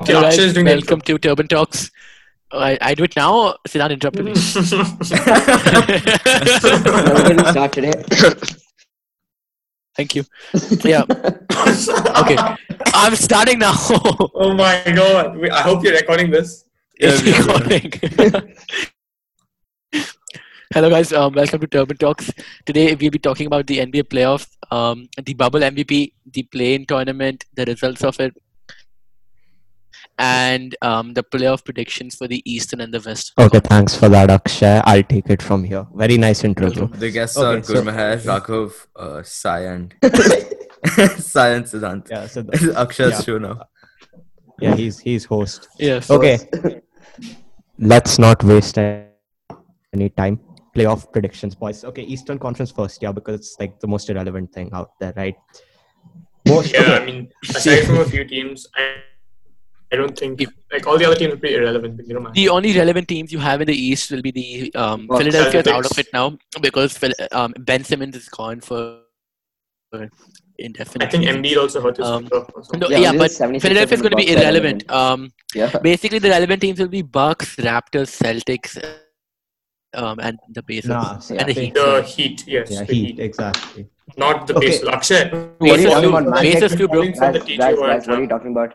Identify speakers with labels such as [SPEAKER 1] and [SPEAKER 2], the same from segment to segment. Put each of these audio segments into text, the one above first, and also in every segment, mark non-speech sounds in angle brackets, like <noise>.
[SPEAKER 1] Hey
[SPEAKER 2] Akshay
[SPEAKER 1] guys,
[SPEAKER 2] is doing the
[SPEAKER 1] welcome to Turban Talks. Oh, I, I do it now. Siddhant interrupted
[SPEAKER 2] <laughs>
[SPEAKER 1] me.
[SPEAKER 3] Are we gonna start today?
[SPEAKER 1] Thank you. Yeah. Okay. I'm starting now.
[SPEAKER 2] oh my god. We- I hope you're recording this.
[SPEAKER 1] it's
[SPEAKER 4] Yeah, yeah, yeah.
[SPEAKER 1] recording. Hello, guys. Um, welcome to Turban Talks. Today, we'll be talking about the NBA playoffs, um, the bubble MVP, the play-in tournament, the results of it, and um, the playoff predictions for the Eastern and the West.
[SPEAKER 3] Okay, thanks for that, Akshay. I'll take it from here. Very nice intro, bro.
[SPEAKER 4] The guests
[SPEAKER 3] Okay,
[SPEAKER 4] are
[SPEAKER 3] so-
[SPEAKER 4] Gurmeher, Raghav, uh, Sai, and Sai and <laughs> Siddhant.
[SPEAKER 5] Yeah, so the,
[SPEAKER 4] Akshay's
[SPEAKER 5] Yeah.
[SPEAKER 4] show now.
[SPEAKER 5] <laughs> yeah, he's he's host.
[SPEAKER 1] Yes.
[SPEAKER 3] Okay, let's not waste any time.
[SPEAKER 5] Playoff predictions, boys. Okay, Eastern Conference first, yeah, because it's like the most irrelevant thing out there, right? Most
[SPEAKER 2] Yeah,
[SPEAKER 1] <laughs>
[SPEAKER 2] I mean, aside from a few teams, I, I don't think like all the other teams would be irrelevant. But they don't matter.
[SPEAKER 1] The only relevant teams you have in the East will be the um,
[SPEAKER 3] Bucks.
[SPEAKER 1] Philadelphia is
[SPEAKER 2] Celtics.
[SPEAKER 1] out of it now because Phil- um, Ben Simmons is gone for, for indefinite.
[SPEAKER 2] I think
[SPEAKER 1] reasons.
[SPEAKER 2] Embiid also hurt his
[SPEAKER 1] Um,
[SPEAKER 2] foot also.
[SPEAKER 1] No,
[SPEAKER 3] Yeah,
[SPEAKER 1] <laughs> yeah,
[SPEAKER 3] this
[SPEAKER 1] but
[SPEAKER 3] is 76ers
[SPEAKER 1] Philadelphia is
[SPEAKER 3] and
[SPEAKER 1] going to be
[SPEAKER 3] Bucks are
[SPEAKER 1] irrelevant. Um,
[SPEAKER 3] Yeah.
[SPEAKER 1] basically, the relevant teams will be Bucks, Raptors, Celtics, um, and the Pacers
[SPEAKER 5] <laughs> Nah,
[SPEAKER 1] and the
[SPEAKER 3] yeah.
[SPEAKER 1] Heat.
[SPEAKER 2] The Heat, yes.
[SPEAKER 5] yeah,
[SPEAKER 2] the
[SPEAKER 5] Heat exactly.
[SPEAKER 2] Not the
[SPEAKER 5] Okay.
[SPEAKER 2] Pacers. Akshay.
[SPEAKER 3] What are you
[SPEAKER 1] Pacers
[SPEAKER 3] talking
[SPEAKER 1] too-
[SPEAKER 3] about, man?
[SPEAKER 1] Pacers too, bro.
[SPEAKER 2] Guys,
[SPEAKER 3] Guys,
[SPEAKER 2] the
[SPEAKER 3] guys,
[SPEAKER 2] teacher
[SPEAKER 3] guys,
[SPEAKER 2] who
[SPEAKER 3] what
[SPEAKER 2] had-
[SPEAKER 3] are you talking about?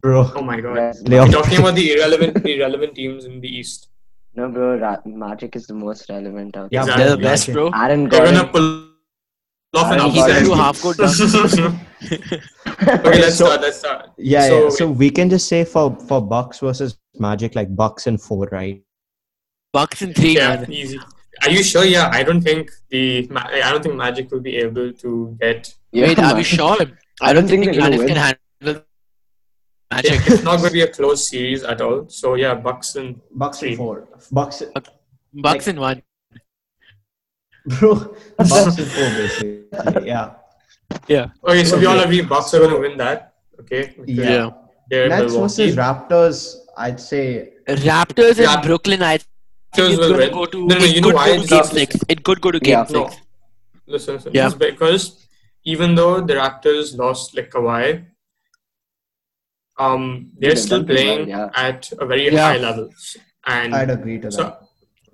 [SPEAKER 5] Bro,
[SPEAKER 2] Oh my god.
[SPEAKER 3] Guys,
[SPEAKER 2] We're
[SPEAKER 5] playoff.
[SPEAKER 2] talking about the irrelevant, the irrelevant teams in the East.
[SPEAKER 3] No, bro. Ra- Magic is the most relevant out
[SPEAKER 5] Yeah,
[SPEAKER 3] there.
[SPEAKER 1] They're the best,
[SPEAKER 2] Exactly.
[SPEAKER 1] bro.
[SPEAKER 3] Aaron
[SPEAKER 2] They're
[SPEAKER 3] Gordon.
[SPEAKER 2] gonna pull off an
[SPEAKER 3] Aaron
[SPEAKER 1] He's
[SPEAKER 3] Gordon.
[SPEAKER 1] going to do
[SPEAKER 2] upset.
[SPEAKER 1] half good.
[SPEAKER 2] <laughs>
[SPEAKER 1] dunks.
[SPEAKER 2] okay, <laughs> let's
[SPEAKER 5] so-
[SPEAKER 2] start. Let's start.
[SPEAKER 5] Yeah,
[SPEAKER 2] So
[SPEAKER 5] yeah. So we can just say for for Bucks versus Magic, like Bucks and four, right?
[SPEAKER 1] Bucks and three,
[SPEAKER 2] Yeah,
[SPEAKER 1] man.
[SPEAKER 2] easy. Are you sure? Yeah, I don't think the Ma- I don't think Magic will be able to get.
[SPEAKER 3] <laughs> Yeah,
[SPEAKER 1] Wait, are
[SPEAKER 3] man.
[SPEAKER 1] we sure?
[SPEAKER 3] I don't think
[SPEAKER 1] think
[SPEAKER 3] they're gonna
[SPEAKER 1] Giannis
[SPEAKER 3] win.
[SPEAKER 1] can handle Magic.
[SPEAKER 2] It's not going to be a close series at all. So yeah, Bucks and
[SPEAKER 5] Bucks
[SPEAKER 2] Three.
[SPEAKER 5] and four. Bucks,
[SPEAKER 1] Bucks and one.
[SPEAKER 5] bro. Bucks and four, basically. Yeah.
[SPEAKER 2] okay. So we all
[SPEAKER 5] Okay.
[SPEAKER 2] agree Bucks are going to win that. Okay.
[SPEAKER 5] Yeah.
[SPEAKER 1] yeah.
[SPEAKER 2] They're
[SPEAKER 5] Nets versus
[SPEAKER 2] Milwaukee.
[SPEAKER 5] Raptors, I'd say.
[SPEAKER 1] Raptors
[SPEAKER 2] Yeah.
[SPEAKER 1] and Brooklyn, I think
[SPEAKER 2] Raptors
[SPEAKER 1] it's
[SPEAKER 2] will
[SPEAKER 1] going to
[SPEAKER 2] win.
[SPEAKER 1] go to.
[SPEAKER 2] No, no,
[SPEAKER 1] it
[SPEAKER 2] you know
[SPEAKER 1] could
[SPEAKER 2] why
[SPEAKER 1] go to
[SPEAKER 2] it's
[SPEAKER 1] game
[SPEAKER 2] Raptors?
[SPEAKER 1] six. It could go to game
[SPEAKER 3] Yeah.
[SPEAKER 1] six.
[SPEAKER 2] No. Listen, listen.
[SPEAKER 1] Yeah.
[SPEAKER 2] It's because even though the Raptors lost like Kawhi, um, they're
[SPEAKER 3] They've
[SPEAKER 2] still
[SPEAKER 3] done pretty
[SPEAKER 2] playing
[SPEAKER 3] well,
[SPEAKER 2] at a very
[SPEAKER 1] Yeah.
[SPEAKER 2] high level. And
[SPEAKER 5] I'd agree to that.
[SPEAKER 2] So,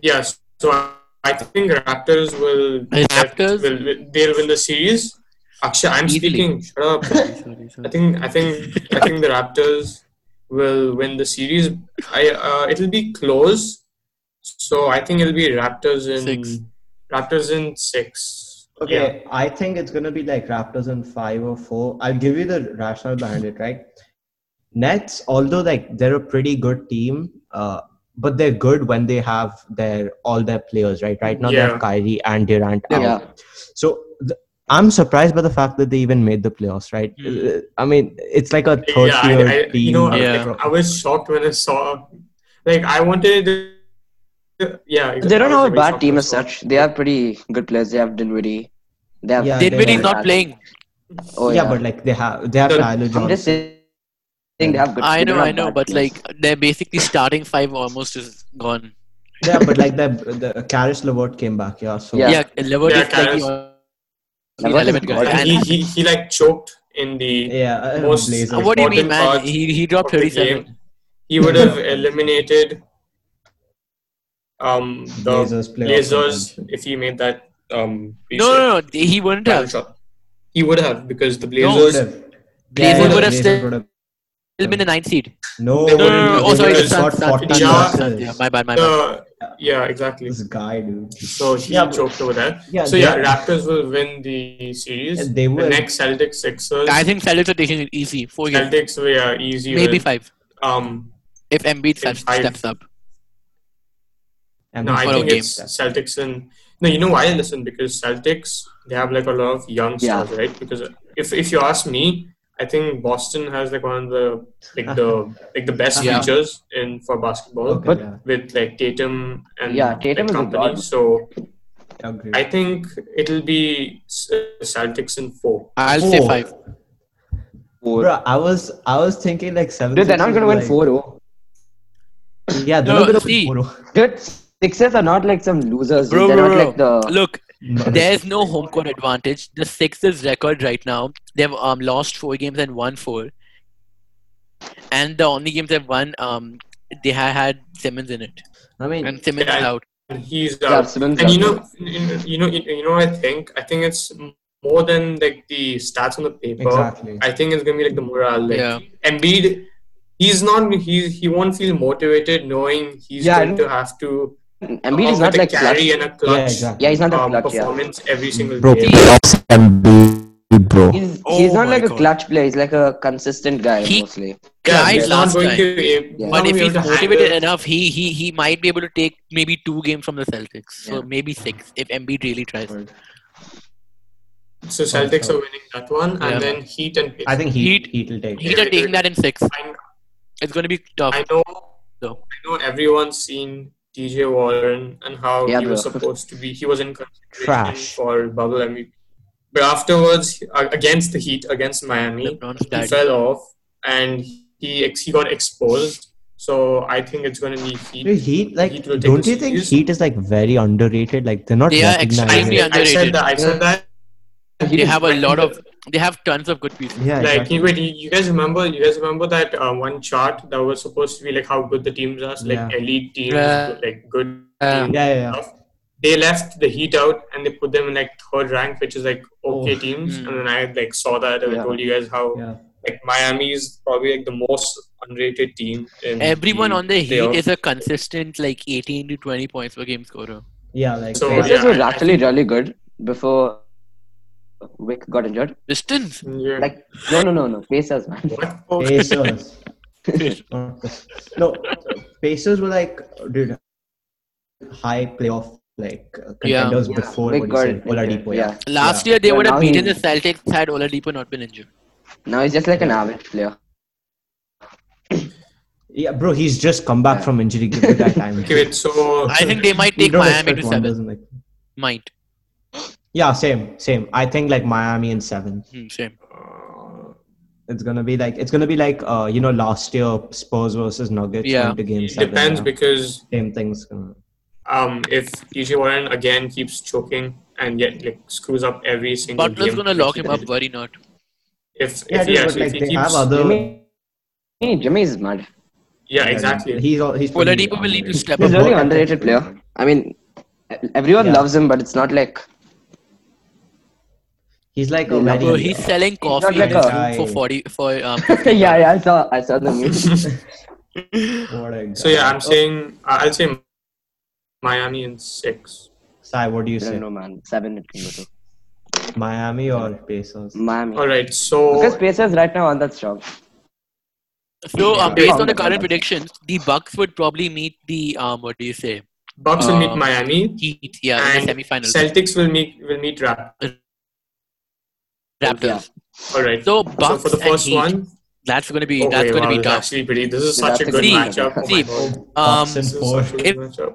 [SPEAKER 2] yes. So I- I think Raptors will.
[SPEAKER 1] The Raptors?
[SPEAKER 2] will, will they'll win the series. Akshay, I'm
[SPEAKER 1] Easily.
[SPEAKER 2] speaking. Shut up.
[SPEAKER 1] Sorry,
[SPEAKER 2] I
[SPEAKER 1] sorry.
[SPEAKER 2] think I think I think the Raptors will win the series. I uh, it'll be close. So I think it'll be Raptors in
[SPEAKER 1] Six.
[SPEAKER 2] Raptors in six. Yeah.
[SPEAKER 5] Okay, I think it's gonna be like Raptors in five or four. I'll give you the rationale behind it, right? Nets, although like they're a pretty good team, uh, but they're good when they have their all their players, right? Right now they
[SPEAKER 2] Yeah.
[SPEAKER 5] have Kyrie and Durant out.
[SPEAKER 3] Yeah.
[SPEAKER 5] So th- I'm surprised by the fact that they even made the playoffs, right?
[SPEAKER 1] Hmm.
[SPEAKER 5] Uh, I mean, it's like a third
[SPEAKER 2] yeah, I,
[SPEAKER 5] tier
[SPEAKER 2] I,
[SPEAKER 5] team.
[SPEAKER 2] you know,
[SPEAKER 1] Yeah.
[SPEAKER 2] like, I was shocked when I saw, like, I wanted, yeah.
[SPEAKER 3] They don't
[SPEAKER 2] I was
[SPEAKER 3] have a
[SPEAKER 2] very
[SPEAKER 3] bad
[SPEAKER 2] shocked
[SPEAKER 3] team
[SPEAKER 2] when I
[SPEAKER 3] as
[SPEAKER 2] saw.
[SPEAKER 3] such. They have pretty good players. They have Dinwiddie. They have.
[SPEAKER 5] Yeah,
[SPEAKER 1] Dinwiddie is
[SPEAKER 5] they-
[SPEAKER 1] not playing.
[SPEAKER 3] Oh,
[SPEAKER 5] yeah,
[SPEAKER 3] yeah,
[SPEAKER 5] but like they have they have
[SPEAKER 2] So,
[SPEAKER 5] Tyler
[SPEAKER 3] I'm just
[SPEAKER 5] Johnson.
[SPEAKER 3] saying they have good.
[SPEAKER 1] I
[SPEAKER 3] they
[SPEAKER 1] know,
[SPEAKER 3] don't
[SPEAKER 1] I
[SPEAKER 3] have
[SPEAKER 1] know,
[SPEAKER 3] bad
[SPEAKER 1] but
[SPEAKER 3] players.
[SPEAKER 1] like they're basically starting five almost is gone.
[SPEAKER 5] yeah, but like the the Karis Levert came back, yeah. So
[SPEAKER 3] Yeah.
[SPEAKER 1] Yeah, uh, Levert
[SPEAKER 2] Yeah,
[SPEAKER 1] is like
[SPEAKER 2] Karras.
[SPEAKER 1] the
[SPEAKER 3] Levert
[SPEAKER 1] only
[SPEAKER 3] is
[SPEAKER 1] relevant guy.
[SPEAKER 3] good.
[SPEAKER 2] But
[SPEAKER 1] And-
[SPEAKER 2] he, he, he like choked in the
[SPEAKER 5] yeah, uh,
[SPEAKER 2] Most-
[SPEAKER 5] Blazers.
[SPEAKER 1] Uh, what do you mean,
[SPEAKER 2] important
[SPEAKER 1] man?
[SPEAKER 2] part
[SPEAKER 1] He, he dropped
[SPEAKER 2] of the game.
[SPEAKER 1] 37.
[SPEAKER 2] He would have eliminated um the
[SPEAKER 5] Blazers playoff
[SPEAKER 2] Blazers
[SPEAKER 5] contention.
[SPEAKER 2] if he made that um
[SPEAKER 1] No, no, no. He wouldn't
[SPEAKER 2] title
[SPEAKER 1] have.
[SPEAKER 2] shot. He would have because the
[SPEAKER 1] Blazers-
[SPEAKER 2] Blazers
[SPEAKER 1] Blazers
[SPEAKER 2] yeah,
[SPEAKER 1] would have
[SPEAKER 5] Blazers
[SPEAKER 1] still
[SPEAKER 5] would have-
[SPEAKER 1] been the ninth seed.
[SPEAKER 5] No,
[SPEAKER 2] They
[SPEAKER 1] No, no, no. no. Oh,
[SPEAKER 2] Blazers
[SPEAKER 1] sorry.
[SPEAKER 2] would
[SPEAKER 1] The
[SPEAKER 2] have
[SPEAKER 5] Got
[SPEAKER 1] Suns. Suns,
[SPEAKER 5] 40
[SPEAKER 1] Suns,
[SPEAKER 2] Yeah.
[SPEAKER 1] Suns, Yeah, my bad, my bad.
[SPEAKER 2] the Uh, yeah exactly
[SPEAKER 5] This guy, dude.
[SPEAKER 2] so he
[SPEAKER 5] Yeah, but-
[SPEAKER 2] choked over there
[SPEAKER 5] Yeah,
[SPEAKER 2] so yeah
[SPEAKER 5] they-
[SPEAKER 2] Raptors will win the series
[SPEAKER 5] Yeah, they
[SPEAKER 2] the
[SPEAKER 5] will.
[SPEAKER 2] next Celtics Sixers
[SPEAKER 1] I think Celtics are taking it easy. Four games.
[SPEAKER 2] Celtics were easy
[SPEAKER 1] Maybe
[SPEAKER 2] win.
[SPEAKER 1] five.
[SPEAKER 2] um
[SPEAKER 1] If Embiid steps,
[SPEAKER 2] five.
[SPEAKER 1] steps up.
[SPEAKER 5] And
[SPEAKER 2] No, I
[SPEAKER 1] follow
[SPEAKER 2] think
[SPEAKER 1] game.
[SPEAKER 2] it's Celtics and no, you know why? Listen, because Celtics they have like a lot of young
[SPEAKER 3] Yeah.
[SPEAKER 2] stars, right? Because if if you ask me, I think Boston has like one of the like the like the best
[SPEAKER 1] <laughs> Yeah.
[SPEAKER 2] features in for basketball
[SPEAKER 5] Okay,
[SPEAKER 3] But-
[SPEAKER 5] yeah,
[SPEAKER 2] with like Tatum and
[SPEAKER 3] Yeah, Tatum
[SPEAKER 2] like,
[SPEAKER 3] is a
[SPEAKER 2] company.
[SPEAKER 3] god.
[SPEAKER 2] So
[SPEAKER 5] I agree.
[SPEAKER 2] I think it'll be S- Celtics in four.
[SPEAKER 1] I'll say
[SPEAKER 5] Four.
[SPEAKER 1] five.
[SPEAKER 3] Four.
[SPEAKER 5] Bro, I was I was thinking like seven.
[SPEAKER 3] Dude, they're not gonna win four. oh.
[SPEAKER 5] Yeah, they're
[SPEAKER 1] No,
[SPEAKER 5] not gonna
[SPEAKER 1] see.
[SPEAKER 5] win four. oh.
[SPEAKER 3] Dude, Sixers are not like some losers.
[SPEAKER 1] Bro,
[SPEAKER 3] they're
[SPEAKER 1] bro,
[SPEAKER 3] not
[SPEAKER 1] bro.
[SPEAKER 3] like the.
[SPEAKER 1] Look,
[SPEAKER 5] No.
[SPEAKER 1] there's no home court advantage. The Sixers' record right now, they've um, lost four games and won four. and the only games they've won, um, they ha- had Simmons in it,
[SPEAKER 5] I mean,
[SPEAKER 1] and Simmons
[SPEAKER 2] Yeah.
[SPEAKER 1] is out.
[SPEAKER 2] And he's
[SPEAKER 6] Yeah,
[SPEAKER 2] out.
[SPEAKER 6] Simmons
[SPEAKER 2] and
[SPEAKER 6] out.
[SPEAKER 2] you know, you know, you know, you know. what I think I think it's more than like the stats on the paper.
[SPEAKER 5] exactly.
[SPEAKER 2] I think it's gonna be like the morale. Like
[SPEAKER 1] Yeah.
[SPEAKER 2] Embiid, he's not. He he won't feel motivated knowing he's
[SPEAKER 6] Yeah, I
[SPEAKER 2] going
[SPEAKER 6] know.
[SPEAKER 2] to have to
[SPEAKER 6] Embiid is
[SPEAKER 2] come
[SPEAKER 6] not
[SPEAKER 2] Uh, with
[SPEAKER 6] like
[SPEAKER 2] a carry
[SPEAKER 6] clutch.
[SPEAKER 2] and a
[SPEAKER 5] Yeah,
[SPEAKER 2] clutch
[SPEAKER 5] exactly.
[SPEAKER 6] Yeah, he's not
[SPEAKER 2] um,
[SPEAKER 6] a clutch. Yeah. Mm.
[SPEAKER 2] performance every single
[SPEAKER 3] Bro,
[SPEAKER 2] game.
[SPEAKER 3] props Embiid, bro.
[SPEAKER 6] He's,
[SPEAKER 1] Oh
[SPEAKER 6] he's not
[SPEAKER 1] my
[SPEAKER 6] like a
[SPEAKER 1] God.
[SPEAKER 6] clutch player. He's like a consistent guy
[SPEAKER 1] He-
[SPEAKER 6] mostly.
[SPEAKER 2] Yeah,
[SPEAKER 1] Cried
[SPEAKER 2] he's not
[SPEAKER 1] last
[SPEAKER 2] going
[SPEAKER 1] time,
[SPEAKER 2] to. he's not
[SPEAKER 1] but
[SPEAKER 2] gonna
[SPEAKER 1] if
[SPEAKER 2] be
[SPEAKER 1] he's
[SPEAKER 2] able to
[SPEAKER 1] motivated
[SPEAKER 2] handle-
[SPEAKER 1] enough, he he he might be able to take maybe two games from the Celtics. So
[SPEAKER 6] Yeah.
[SPEAKER 1] maybe six if Embiid really tries.
[SPEAKER 2] So Celtics are winning that one,
[SPEAKER 1] Yeah.
[SPEAKER 2] and then Heat and Pacers.
[SPEAKER 5] I think Heat,
[SPEAKER 1] Heat-
[SPEAKER 5] Heat will take
[SPEAKER 1] Heat
[SPEAKER 5] it.
[SPEAKER 1] are taking that in six.
[SPEAKER 2] I-
[SPEAKER 1] It's going to be tough.
[SPEAKER 2] I know,
[SPEAKER 1] No.
[SPEAKER 2] I know everyone's seen TJ Warren and how
[SPEAKER 6] Yeah,
[SPEAKER 2] he was
[SPEAKER 6] bro.
[SPEAKER 2] supposed to be. He was in consideration
[SPEAKER 5] Trash.
[SPEAKER 2] for bubble MVP, but afterwards a- against the Heat, against Miami,
[SPEAKER 1] LeBron's
[SPEAKER 2] he
[SPEAKER 1] dad.
[SPEAKER 2] fell off and he ex- he got exposed. So I think it's gonna be
[SPEAKER 5] Dude,
[SPEAKER 2] Heat.
[SPEAKER 5] Heat, like,
[SPEAKER 2] Heat will take
[SPEAKER 5] don't
[SPEAKER 2] the
[SPEAKER 5] you think
[SPEAKER 2] series.
[SPEAKER 5] Heat is like very underrated? Like they're not
[SPEAKER 1] They are
[SPEAKER 5] recognized.
[SPEAKER 1] extremely
[SPEAKER 2] I, I said
[SPEAKER 1] underrated.
[SPEAKER 2] that. I said that.
[SPEAKER 1] They have a lot of. They have tons of good pieces.
[SPEAKER 5] Yeah,
[SPEAKER 2] Like
[SPEAKER 5] exactly.
[SPEAKER 2] you, wait, you you guys remember? You guys remember that uh, one chart that was supposed to be like how good the teams are, like
[SPEAKER 5] Yeah.
[SPEAKER 2] elite teams,
[SPEAKER 1] Yeah.
[SPEAKER 2] like good
[SPEAKER 1] Yeah.
[SPEAKER 2] teams.
[SPEAKER 5] yeah, yeah, yeah.
[SPEAKER 2] they left the Heat out and they put them in like third rank, which is like okay
[SPEAKER 5] Oh.
[SPEAKER 2] teams.
[SPEAKER 1] Mm.
[SPEAKER 2] And then I like saw that and I
[SPEAKER 6] Yeah.
[SPEAKER 2] told you guys how
[SPEAKER 5] Yeah.
[SPEAKER 2] like Miami is probably like the most underrated team. In
[SPEAKER 6] Mm-hmm.
[SPEAKER 1] Everyone on the Heat
[SPEAKER 2] playoff.
[SPEAKER 1] is a consistent like 18 to 20 points per game scorer.
[SPEAKER 5] Yeah, like
[SPEAKER 2] So,
[SPEAKER 6] Pacers
[SPEAKER 2] yeah,
[SPEAKER 6] was
[SPEAKER 2] I- I
[SPEAKER 6] actually really good before Wick got injured.
[SPEAKER 1] Pistons.
[SPEAKER 2] Yeah.
[SPEAKER 6] Like no, no, no, no. Pacers, man.
[SPEAKER 2] what? Oh,
[SPEAKER 5] Pacers. <laughs> no, Pacers were like, dude, high playoff like uh,
[SPEAKER 1] Yeah.
[SPEAKER 5] contenders before
[SPEAKER 6] They
[SPEAKER 5] what you
[SPEAKER 6] got
[SPEAKER 5] said,
[SPEAKER 6] it, yeah.
[SPEAKER 5] Oladipo. Yeah.
[SPEAKER 6] Yeah.
[SPEAKER 1] Last year they
[SPEAKER 6] Yeah,
[SPEAKER 1] would have
[SPEAKER 6] now
[SPEAKER 1] beaten
[SPEAKER 6] he-
[SPEAKER 1] the Celtics had Oladipo not been
[SPEAKER 2] <laughs>
[SPEAKER 1] injured.
[SPEAKER 6] Now he's just like an average player.
[SPEAKER 5] yeah, bro, he's just come back
[SPEAKER 6] Yeah.
[SPEAKER 5] from injury. <laughs> Give it that time.
[SPEAKER 2] okay, wait, so
[SPEAKER 1] I think they might
[SPEAKER 5] You
[SPEAKER 1] take
[SPEAKER 5] don't
[SPEAKER 1] Miami
[SPEAKER 5] expect
[SPEAKER 1] to seven.
[SPEAKER 5] wonders in, like-
[SPEAKER 1] Might.
[SPEAKER 5] yeah, same, same. I think like Miami in seven.
[SPEAKER 1] Hmm, same.
[SPEAKER 5] It's gonna be like it's gonna be like uh you know last year Spurs versus Nuggets
[SPEAKER 1] Yeah.
[SPEAKER 5] went to game
[SPEAKER 2] it
[SPEAKER 5] seven.
[SPEAKER 2] depends
[SPEAKER 5] yeah.
[SPEAKER 2] because
[SPEAKER 5] same things. uh, Gonna...
[SPEAKER 2] um, if TJ Warren again keeps choking and yet like screws up every single
[SPEAKER 1] Butler's
[SPEAKER 2] game,
[SPEAKER 1] gonna
[SPEAKER 2] like,
[SPEAKER 1] lock him up. Worry not.
[SPEAKER 2] If,
[SPEAKER 5] Yeah,
[SPEAKER 2] if
[SPEAKER 5] dude,
[SPEAKER 2] he
[SPEAKER 5] but
[SPEAKER 2] actually
[SPEAKER 5] like
[SPEAKER 2] if he
[SPEAKER 5] they
[SPEAKER 2] keeps,
[SPEAKER 5] have other.
[SPEAKER 6] Jimmy, hey, Jimmy is mad.
[SPEAKER 2] yeah, exactly.
[SPEAKER 5] He's all, he's pretty
[SPEAKER 1] Oladipo will need to
[SPEAKER 5] underrated.
[SPEAKER 1] step
[SPEAKER 6] He's
[SPEAKER 1] up.
[SPEAKER 5] But
[SPEAKER 6] really
[SPEAKER 5] both-
[SPEAKER 6] underrated player. I mean, e-, everyone
[SPEAKER 5] Yeah.
[SPEAKER 6] loves him, but it's not like <laughs>
[SPEAKER 5] He's like a
[SPEAKER 6] Yeah,
[SPEAKER 5] very.
[SPEAKER 1] Bro, he's selling coffee in
[SPEAKER 6] like
[SPEAKER 1] his
[SPEAKER 6] a-
[SPEAKER 1] room for forty for
[SPEAKER 6] <laughs>
[SPEAKER 1] um.
[SPEAKER 6] yeah, yeah. I saw, I saw the news.
[SPEAKER 5] What a
[SPEAKER 2] So
[SPEAKER 5] guy.
[SPEAKER 2] yeah, I'm
[SPEAKER 5] Oh,
[SPEAKER 2] saying I- I'll say Miami in six.
[SPEAKER 5] Sai, what do
[SPEAKER 6] I
[SPEAKER 5] you say?
[SPEAKER 6] don't know, man. Seven it can go to
[SPEAKER 5] Miami or Pacers?
[SPEAKER 6] Miami.
[SPEAKER 2] All right, so
[SPEAKER 6] Because Pacers right now on that strong.
[SPEAKER 1] So uh,
[SPEAKER 6] Yeah.
[SPEAKER 1] based on the
[SPEAKER 6] Yeah.
[SPEAKER 1] current predictions, the Bucks would probably meet the um. What do you say?
[SPEAKER 2] Bucks will meet
[SPEAKER 1] Uh,
[SPEAKER 2] Miami.
[SPEAKER 1] Heat. Yeah, in the
[SPEAKER 2] And
[SPEAKER 1] semifinals.
[SPEAKER 2] Celtics will meet will meet Raptors.
[SPEAKER 1] Raptors.
[SPEAKER 2] All right.
[SPEAKER 1] So
[SPEAKER 2] So
[SPEAKER 1] Bucks
[SPEAKER 2] for the
[SPEAKER 1] and
[SPEAKER 2] first
[SPEAKER 1] Heat.
[SPEAKER 2] one,
[SPEAKER 1] That's gonna be
[SPEAKER 2] oh,
[SPEAKER 1] that's
[SPEAKER 2] wait,
[SPEAKER 1] gonna
[SPEAKER 2] wow,
[SPEAKER 1] be
[SPEAKER 2] this is
[SPEAKER 1] tough.
[SPEAKER 2] actually pretty. This is
[SPEAKER 6] Yeah,
[SPEAKER 2] such a
[SPEAKER 6] that's
[SPEAKER 2] good
[SPEAKER 1] a good
[SPEAKER 2] matchup. Oh my
[SPEAKER 1] matchup.
[SPEAKER 2] god.
[SPEAKER 1] Um,
[SPEAKER 5] Bucks and
[SPEAKER 2] This is
[SPEAKER 5] four.
[SPEAKER 2] such a good
[SPEAKER 1] If-
[SPEAKER 2] matchup.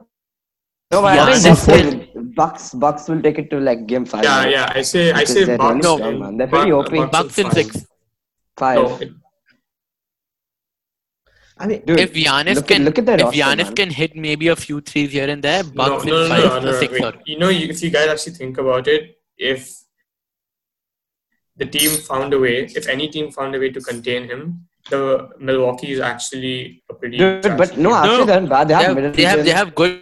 [SPEAKER 6] No, but
[SPEAKER 1] Yeah,
[SPEAKER 6] I think
[SPEAKER 1] so
[SPEAKER 6] that's
[SPEAKER 1] full-
[SPEAKER 6] it. Bucks, Bucks will take it to like game five.
[SPEAKER 2] Yeah,
[SPEAKER 6] man.
[SPEAKER 2] yeah. I say I
[SPEAKER 6] Because
[SPEAKER 2] say
[SPEAKER 6] they're
[SPEAKER 2] Bucks.
[SPEAKER 6] really strong,
[SPEAKER 2] in-
[SPEAKER 6] man. They're very
[SPEAKER 2] Buck-
[SPEAKER 6] open.
[SPEAKER 1] Bucks in
[SPEAKER 2] five.
[SPEAKER 1] six.
[SPEAKER 6] Five.
[SPEAKER 2] No,
[SPEAKER 5] I mean,
[SPEAKER 6] Dude,
[SPEAKER 1] If Giannis
[SPEAKER 6] look,
[SPEAKER 1] can
[SPEAKER 6] look at their
[SPEAKER 1] if
[SPEAKER 6] roster,
[SPEAKER 1] Giannis
[SPEAKER 6] man.
[SPEAKER 1] can hit maybe a few threes here and there, Bucks
[SPEAKER 2] no,
[SPEAKER 1] in
[SPEAKER 2] no, no, no,
[SPEAKER 1] five to
[SPEAKER 2] no, no,
[SPEAKER 1] six.
[SPEAKER 2] wait.
[SPEAKER 1] or-
[SPEAKER 2] You know, you- if you guys actually think about it, if the team found a way, if any team found a way to contain him, the Milwaukee is actually a pretty.
[SPEAKER 6] Dude, but no,
[SPEAKER 2] attractive-
[SPEAKER 6] actually they're bad.
[SPEAKER 1] They
[SPEAKER 6] They have
[SPEAKER 1] have, they have they have good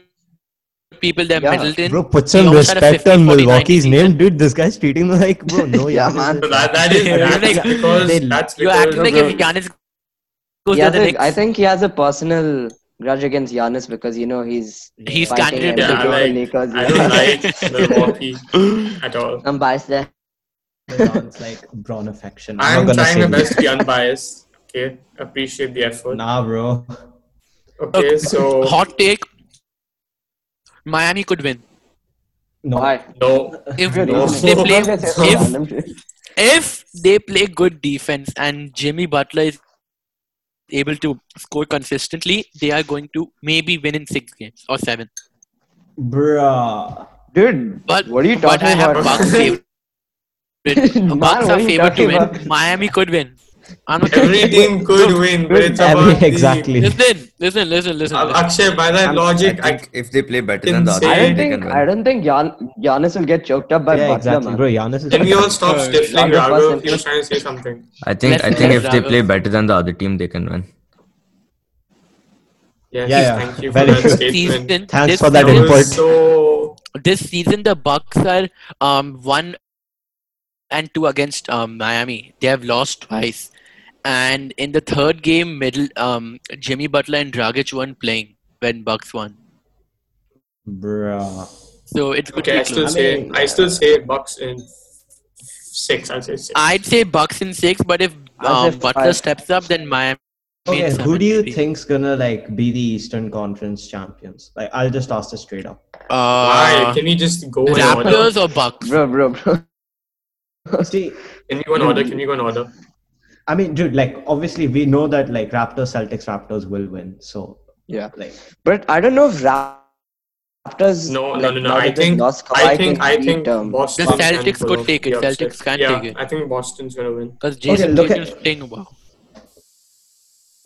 [SPEAKER 1] people. They have
[SPEAKER 6] Yeah.
[SPEAKER 1] Middleton.
[SPEAKER 3] Bro, put
[SPEAKER 1] They
[SPEAKER 3] some
[SPEAKER 1] also had a
[SPEAKER 3] respect on
[SPEAKER 1] 50-49
[SPEAKER 3] Milwaukee's
[SPEAKER 1] season.
[SPEAKER 3] name, dude. This guy's treating them like, bro,
[SPEAKER 5] <laughs>
[SPEAKER 3] no,
[SPEAKER 6] Yeah,
[SPEAKER 3] Giannis
[SPEAKER 6] man.
[SPEAKER 3] is-
[SPEAKER 2] So that,
[SPEAKER 1] <laughs>
[SPEAKER 2] that is
[SPEAKER 1] You're
[SPEAKER 2] that's
[SPEAKER 1] like-
[SPEAKER 2] because
[SPEAKER 3] they-
[SPEAKER 2] that's
[SPEAKER 1] You're
[SPEAKER 2] because
[SPEAKER 1] acting like
[SPEAKER 6] bro.
[SPEAKER 1] if Giannis goes
[SPEAKER 6] yeah,
[SPEAKER 1] to the Knicks.
[SPEAKER 6] I think he has a personal grudge against Giannis because you know he's
[SPEAKER 1] He's
[SPEAKER 6] fighting
[SPEAKER 1] candidate.
[SPEAKER 6] him
[SPEAKER 2] Yeah,
[SPEAKER 6] to
[SPEAKER 2] I
[SPEAKER 6] go to
[SPEAKER 2] like-
[SPEAKER 6] Lakers.
[SPEAKER 2] I
[SPEAKER 6] yeah. <laughs>
[SPEAKER 2] don't like Milwaukee at all.
[SPEAKER 6] I'm biased there.
[SPEAKER 5] LeBron's like Braun affection. I'm,
[SPEAKER 2] I'm
[SPEAKER 5] not gonna
[SPEAKER 2] trying
[SPEAKER 5] say
[SPEAKER 2] my
[SPEAKER 5] this.
[SPEAKER 2] best to be unbiased. Okay, appreciate the effort.
[SPEAKER 5] Nah, bro. <laughs>
[SPEAKER 2] Okay, so
[SPEAKER 1] Hot take. Miami could
[SPEAKER 6] <laughs>
[SPEAKER 1] win
[SPEAKER 5] No,
[SPEAKER 6] Why?
[SPEAKER 2] no,
[SPEAKER 1] if
[SPEAKER 6] Dude,
[SPEAKER 2] No.
[SPEAKER 6] it's- it's
[SPEAKER 1] They
[SPEAKER 6] not
[SPEAKER 1] play-
[SPEAKER 6] just a
[SPEAKER 1] if-
[SPEAKER 6] random team.
[SPEAKER 1] if they play good defense and Jimmy Butler is able to score consistently. They are going to maybe win in six games or seven.
[SPEAKER 5] bruh.
[SPEAKER 6] <laughs> Dude,
[SPEAKER 1] But
[SPEAKER 6] what are you
[SPEAKER 1] but
[SPEAKER 6] talking
[SPEAKER 1] I have
[SPEAKER 6] about? <laughs>
[SPEAKER 1] Bucks favorite.
[SPEAKER 6] Man,
[SPEAKER 1] Bucks are
[SPEAKER 6] what are you
[SPEAKER 1] favored to
[SPEAKER 6] talking
[SPEAKER 1] win.
[SPEAKER 6] about?
[SPEAKER 1] Miami could win. I'm not
[SPEAKER 2] every team could win, but it's
[SPEAKER 5] Every-
[SPEAKER 2] about
[SPEAKER 5] <laughs>
[SPEAKER 2] the-
[SPEAKER 5] exactly.
[SPEAKER 1] Listen, listen, listen, listen.
[SPEAKER 2] Uh,
[SPEAKER 1] listen.
[SPEAKER 2] Akshay, by that
[SPEAKER 6] I'm-
[SPEAKER 2] logic,
[SPEAKER 4] I
[SPEAKER 2] I,
[SPEAKER 4] think if they play better than the other,
[SPEAKER 6] I
[SPEAKER 4] team,
[SPEAKER 6] don't
[SPEAKER 2] Insane.
[SPEAKER 4] they
[SPEAKER 6] think
[SPEAKER 4] can
[SPEAKER 6] I
[SPEAKER 4] win.
[SPEAKER 6] don't think Gian, Giannis will get choked up by
[SPEAKER 5] Yeah,
[SPEAKER 6] Butler,
[SPEAKER 5] exactly,
[SPEAKER 6] man.
[SPEAKER 5] bro. Giannis is.
[SPEAKER 2] can we
[SPEAKER 6] <laughs>
[SPEAKER 2] all
[SPEAKER 5] <laughs>
[SPEAKER 2] stop
[SPEAKER 1] Uh,
[SPEAKER 2] stifling
[SPEAKER 6] Roger
[SPEAKER 2] Raghav?
[SPEAKER 6] first
[SPEAKER 2] He was trying to say something.
[SPEAKER 4] I think I
[SPEAKER 1] Let's
[SPEAKER 4] think
[SPEAKER 1] let
[SPEAKER 4] if they
[SPEAKER 1] Drago-
[SPEAKER 4] play better than the other team, they can win.
[SPEAKER 2] Yes,
[SPEAKER 5] Yeah, yeah.
[SPEAKER 2] thank you for
[SPEAKER 5] Very
[SPEAKER 2] that
[SPEAKER 5] good.
[SPEAKER 2] statement.
[SPEAKER 1] season,
[SPEAKER 5] Thanks
[SPEAKER 1] this
[SPEAKER 5] for that
[SPEAKER 2] That
[SPEAKER 1] season-
[SPEAKER 5] input.
[SPEAKER 2] was so
[SPEAKER 1] This season, the Bucks are um, one and two against um, Miami. They have lost twice, and in the third game, middle um, Jimmy Butler and Dragic weren't playing when Bucks won.
[SPEAKER 5] Bruh.
[SPEAKER 1] So it's
[SPEAKER 2] okay. I
[SPEAKER 1] pretty
[SPEAKER 2] still
[SPEAKER 1] close.
[SPEAKER 2] say
[SPEAKER 5] mean-
[SPEAKER 2] I still say Bucks in six. I'll say six.
[SPEAKER 1] I'd say Bucks in six, but if
[SPEAKER 6] I'll say
[SPEAKER 1] um, Butler
[SPEAKER 6] five.
[SPEAKER 1] steps up, then Miami. in
[SPEAKER 5] Okay, who
[SPEAKER 1] seven,
[SPEAKER 5] do you
[SPEAKER 1] maybe.
[SPEAKER 5] think's gonna like be the Eastern Conference champions? Like, I'll just ask this straight up.
[SPEAKER 2] Why?
[SPEAKER 1] Uh,
[SPEAKER 2] Can we just go in order?
[SPEAKER 1] Raptors or Bucks?
[SPEAKER 6] Bro, bro, bro.
[SPEAKER 5] See,
[SPEAKER 2] Can we go in
[SPEAKER 1] Mm.
[SPEAKER 2] order? Can we go in order?
[SPEAKER 5] I mean, dude, like obviously we know that like Raptors, Celtics, Raptors will win. So
[SPEAKER 6] Yeah.
[SPEAKER 5] like,
[SPEAKER 6] But I don't know if Raptors.
[SPEAKER 2] No,
[SPEAKER 6] like,
[SPEAKER 2] no, no, no.
[SPEAKER 6] now
[SPEAKER 2] I
[SPEAKER 6] that they've
[SPEAKER 2] think,
[SPEAKER 6] lost Kawhi
[SPEAKER 2] I think,
[SPEAKER 6] can
[SPEAKER 2] I
[SPEAKER 6] beat,
[SPEAKER 2] think
[SPEAKER 6] um,
[SPEAKER 2] Boston.
[SPEAKER 1] The Celtics
[SPEAKER 2] can
[SPEAKER 1] could
[SPEAKER 2] pull
[SPEAKER 1] take it.
[SPEAKER 2] off the upset.
[SPEAKER 1] Celtics can
[SPEAKER 2] yeah,
[SPEAKER 1] take it.
[SPEAKER 2] I think Boston's gonna win.
[SPEAKER 1] Because Jason
[SPEAKER 5] look at-
[SPEAKER 1] Tatum's playing well.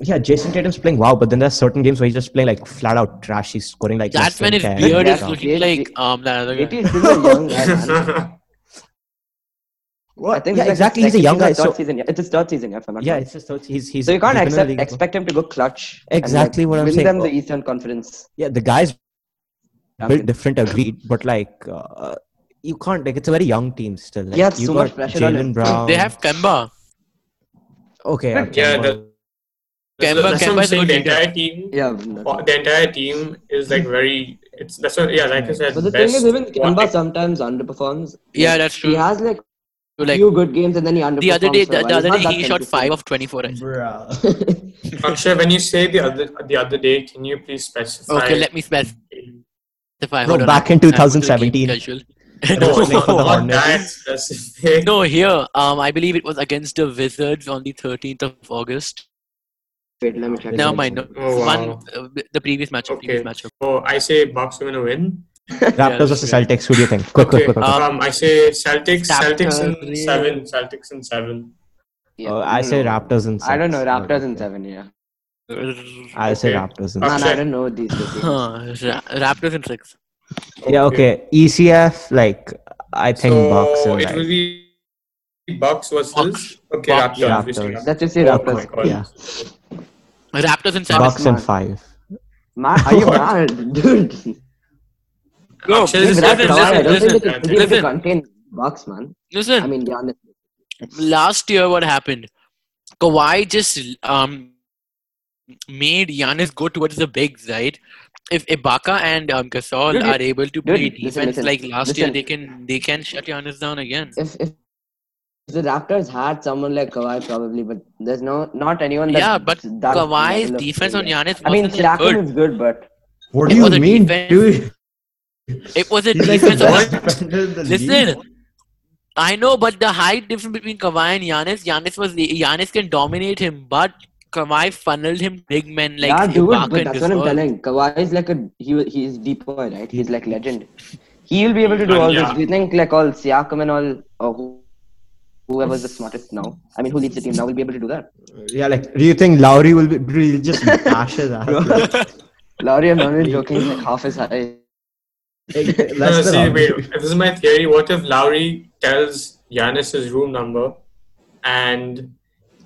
[SPEAKER 5] yeah, Jason Tatum's playing wow, but then there's certain games where he's just playing like flat out trash. He's scoring like
[SPEAKER 1] That
[SPEAKER 5] less
[SPEAKER 1] man
[SPEAKER 5] than
[SPEAKER 1] is
[SPEAKER 5] 10.
[SPEAKER 1] beard is
[SPEAKER 6] Yeah.
[SPEAKER 1] looking like um that other
[SPEAKER 6] JT
[SPEAKER 1] guy.
[SPEAKER 6] is still a
[SPEAKER 2] <laughs>
[SPEAKER 6] young guy, man.
[SPEAKER 5] What?
[SPEAKER 6] I think
[SPEAKER 5] yeah,
[SPEAKER 6] this is
[SPEAKER 5] exactly.
[SPEAKER 6] like
[SPEAKER 5] He's a
[SPEAKER 6] his
[SPEAKER 5] young guy.
[SPEAKER 6] second or
[SPEAKER 5] So
[SPEAKER 6] third season. Yeah, it's his third season. Yeah, if I'm not
[SPEAKER 5] yeah,
[SPEAKER 6] wrong.
[SPEAKER 5] it's just third- he's he's.
[SPEAKER 6] So you can't
[SPEAKER 5] he's been in the
[SPEAKER 6] accept,
[SPEAKER 5] league for-
[SPEAKER 6] expect him to go clutch. and, like,
[SPEAKER 5] Exactly what I'm
[SPEAKER 6] win
[SPEAKER 5] saying.
[SPEAKER 6] them the Eastern Conference.
[SPEAKER 5] Yeah, the guys built
[SPEAKER 6] Champions.
[SPEAKER 5] different, agreed, but like uh, you can't like it's a very young team still. Like,
[SPEAKER 6] He had
[SPEAKER 5] you
[SPEAKER 6] so
[SPEAKER 5] got
[SPEAKER 6] much pressure on
[SPEAKER 5] Jaylen
[SPEAKER 6] him.
[SPEAKER 5] Brown.
[SPEAKER 1] They have Kemba.
[SPEAKER 5] okay.
[SPEAKER 6] Yeah,
[SPEAKER 2] Yeah,
[SPEAKER 5] Kemba.
[SPEAKER 2] the, that's,
[SPEAKER 1] Kemba-
[SPEAKER 2] that's what
[SPEAKER 1] Kemba
[SPEAKER 2] I'm
[SPEAKER 1] is a
[SPEAKER 2] saying.
[SPEAKER 1] good
[SPEAKER 2] The
[SPEAKER 1] leader.
[SPEAKER 2] entire team, uh,
[SPEAKER 6] Yeah.
[SPEAKER 2] the entire team is like very. It's that's what. Yeah, like I said.
[SPEAKER 6] But the
[SPEAKER 2] best
[SPEAKER 6] thing is, even
[SPEAKER 2] one-
[SPEAKER 6] Kemba sometimes underperforms.
[SPEAKER 1] Yeah, that's true.
[SPEAKER 6] He has like
[SPEAKER 1] So, like
[SPEAKER 6] few good games and then he underperforms.
[SPEAKER 1] the other day,
[SPEAKER 6] for a
[SPEAKER 1] the,
[SPEAKER 6] while.
[SPEAKER 1] the
[SPEAKER 6] He's
[SPEAKER 1] other
[SPEAKER 6] not
[SPEAKER 1] day
[SPEAKER 6] that
[SPEAKER 1] he shot
[SPEAKER 6] consistent.
[SPEAKER 1] five of twenty-four. I think.
[SPEAKER 6] <laughs>
[SPEAKER 5] Bruh.
[SPEAKER 2] Akshay, when you say the other the other day, can you please specify?
[SPEAKER 1] Okay, let me specify.
[SPEAKER 2] <laughs>
[SPEAKER 5] Bro,
[SPEAKER 1] Hold on.
[SPEAKER 5] back in
[SPEAKER 1] I'm going to keep
[SPEAKER 5] 2017. <laughs>
[SPEAKER 1] casual.
[SPEAKER 2] No,
[SPEAKER 1] <laughs>
[SPEAKER 5] That's like for the
[SPEAKER 2] Oh, not
[SPEAKER 5] Hornets.
[SPEAKER 2] that specific.
[SPEAKER 1] No, here, um, I believe it was against the Wizards on the 13th of August.
[SPEAKER 6] Wait, let me check.
[SPEAKER 1] Never mind. No,
[SPEAKER 2] Oh, wow.
[SPEAKER 1] One, uh, the previous matchup.
[SPEAKER 2] Okay.
[SPEAKER 1] Previous matchup. <laughs>
[SPEAKER 2] Oh, I say Bucks are gonna win.
[SPEAKER 5] Raptors versus
[SPEAKER 1] Yeah.
[SPEAKER 5] Celtics. Who do you think? Quick,
[SPEAKER 2] okay,
[SPEAKER 5] quick, quick. quick.
[SPEAKER 1] Uh,
[SPEAKER 2] um, I say Celtics. Celtics in
[SPEAKER 1] Raptors.
[SPEAKER 2] seven. Celtics in seven.
[SPEAKER 6] Yeah,
[SPEAKER 5] Uh, I
[SPEAKER 6] don't
[SPEAKER 5] say
[SPEAKER 6] know.
[SPEAKER 5] Raptors and.
[SPEAKER 6] I don't know.
[SPEAKER 5] Celtics.
[SPEAKER 6] Raptors
[SPEAKER 5] Okay.
[SPEAKER 6] in seven, yeah.
[SPEAKER 5] I say
[SPEAKER 2] Okay.
[SPEAKER 5] Raptors and.
[SPEAKER 2] Uh,
[SPEAKER 6] Man, I
[SPEAKER 2] Upset.
[SPEAKER 6] don't know these two teams.
[SPEAKER 1] Ra- Raptors in six.
[SPEAKER 5] Yeah. Okay. ECF like I think
[SPEAKER 2] so
[SPEAKER 5] Bucks and
[SPEAKER 2] it
[SPEAKER 5] like,
[SPEAKER 2] will be Bucks versus
[SPEAKER 1] Bucks.
[SPEAKER 2] okay
[SPEAKER 1] Bucks.
[SPEAKER 2] Raptors. obviously.
[SPEAKER 5] Raptors.
[SPEAKER 6] Let's just say
[SPEAKER 2] Oh my
[SPEAKER 6] Raptors.
[SPEAKER 2] God.
[SPEAKER 5] yeah
[SPEAKER 1] Raptors in seven.
[SPEAKER 5] Bucks and five.
[SPEAKER 6] Man, are you mad, <laughs> dude?
[SPEAKER 1] No,
[SPEAKER 2] Akshay,
[SPEAKER 1] listen,
[SPEAKER 2] this is
[SPEAKER 6] Without
[SPEAKER 2] listen,
[SPEAKER 6] Kawhi, I don't
[SPEAKER 2] listen,
[SPEAKER 6] think it's
[SPEAKER 2] listen.
[SPEAKER 6] easy to
[SPEAKER 1] listen.
[SPEAKER 6] contain Bucks, man.
[SPEAKER 1] listen.
[SPEAKER 6] I mean, Giannis.
[SPEAKER 1] last year what happened? Kawhi just um made Giannis go towards the bigs, right? If Ibaka and um, Gasol
[SPEAKER 6] Dude,
[SPEAKER 1] are able to play
[SPEAKER 6] listen,
[SPEAKER 1] defense
[SPEAKER 6] listen,
[SPEAKER 1] like last year,
[SPEAKER 6] listen.
[SPEAKER 1] they can they can shut Giannis down again.
[SPEAKER 6] If, if the Raptors had someone like Kawhi, probably, but there's no not anyone. That,
[SPEAKER 1] Yeah, but
[SPEAKER 6] that
[SPEAKER 1] Kawhi's
[SPEAKER 6] level of
[SPEAKER 1] defense on
[SPEAKER 6] player.
[SPEAKER 1] Giannis
[SPEAKER 6] I mean,
[SPEAKER 1] wasn't that
[SPEAKER 6] Siakam
[SPEAKER 1] good.
[SPEAKER 6] is good, but
[SPEAKER 5] What
[SPEAKER 1] It was a defense- It was a
[SPEAKER 5] He's like
[SPEAKER 1] defense. on-
[SPEAKER 5] the best defender in the league.
[SPEAKER 1] listen, I know, but the height difference between Kawhi and Giannis, Giannis was Giannis can dominate him, but Kawhi funneled him big men like
[SPEAKER 6] yeah, dude.
[SPEAKER 1] Ibaka
[SPEAKER 6] But
[SPEAKER 1] and
[SPEAKER 6] that's what I'm
[SPEAKER 1] Gasol.
[SPEAKER 6] telling. Kawhi is like a he. He's deep boy, right? He's like legend. He will be able to do
[SPEAKER 2] And
[SPEAKER 6] all
[SPEAKER 2] yeah.
[SPEAKER 6] this. Do you think like all Siakam and all or who, whoever's the smartest now? I mean, who leads the team now will be able to do that.
[SPEAKER 5] Yeah, like do you think Lowry will be bro, he'll just bash his <laughs> ass?
[SPEAKER 6] Laurie, I'm not
[SPEAKER 1] <laughs>
[SPEAKER 6] even joking. He's like half his height.
[SPEAKER 5] Like, that's
[SPEAKER 2] No,
[SPEAKER 5] the
[SPEAKER 2] see,
[SPEAKER 5] Lowry.
[SPEAKER 2] wait, this is my theory. What if Lowry tells Giannis his room number, and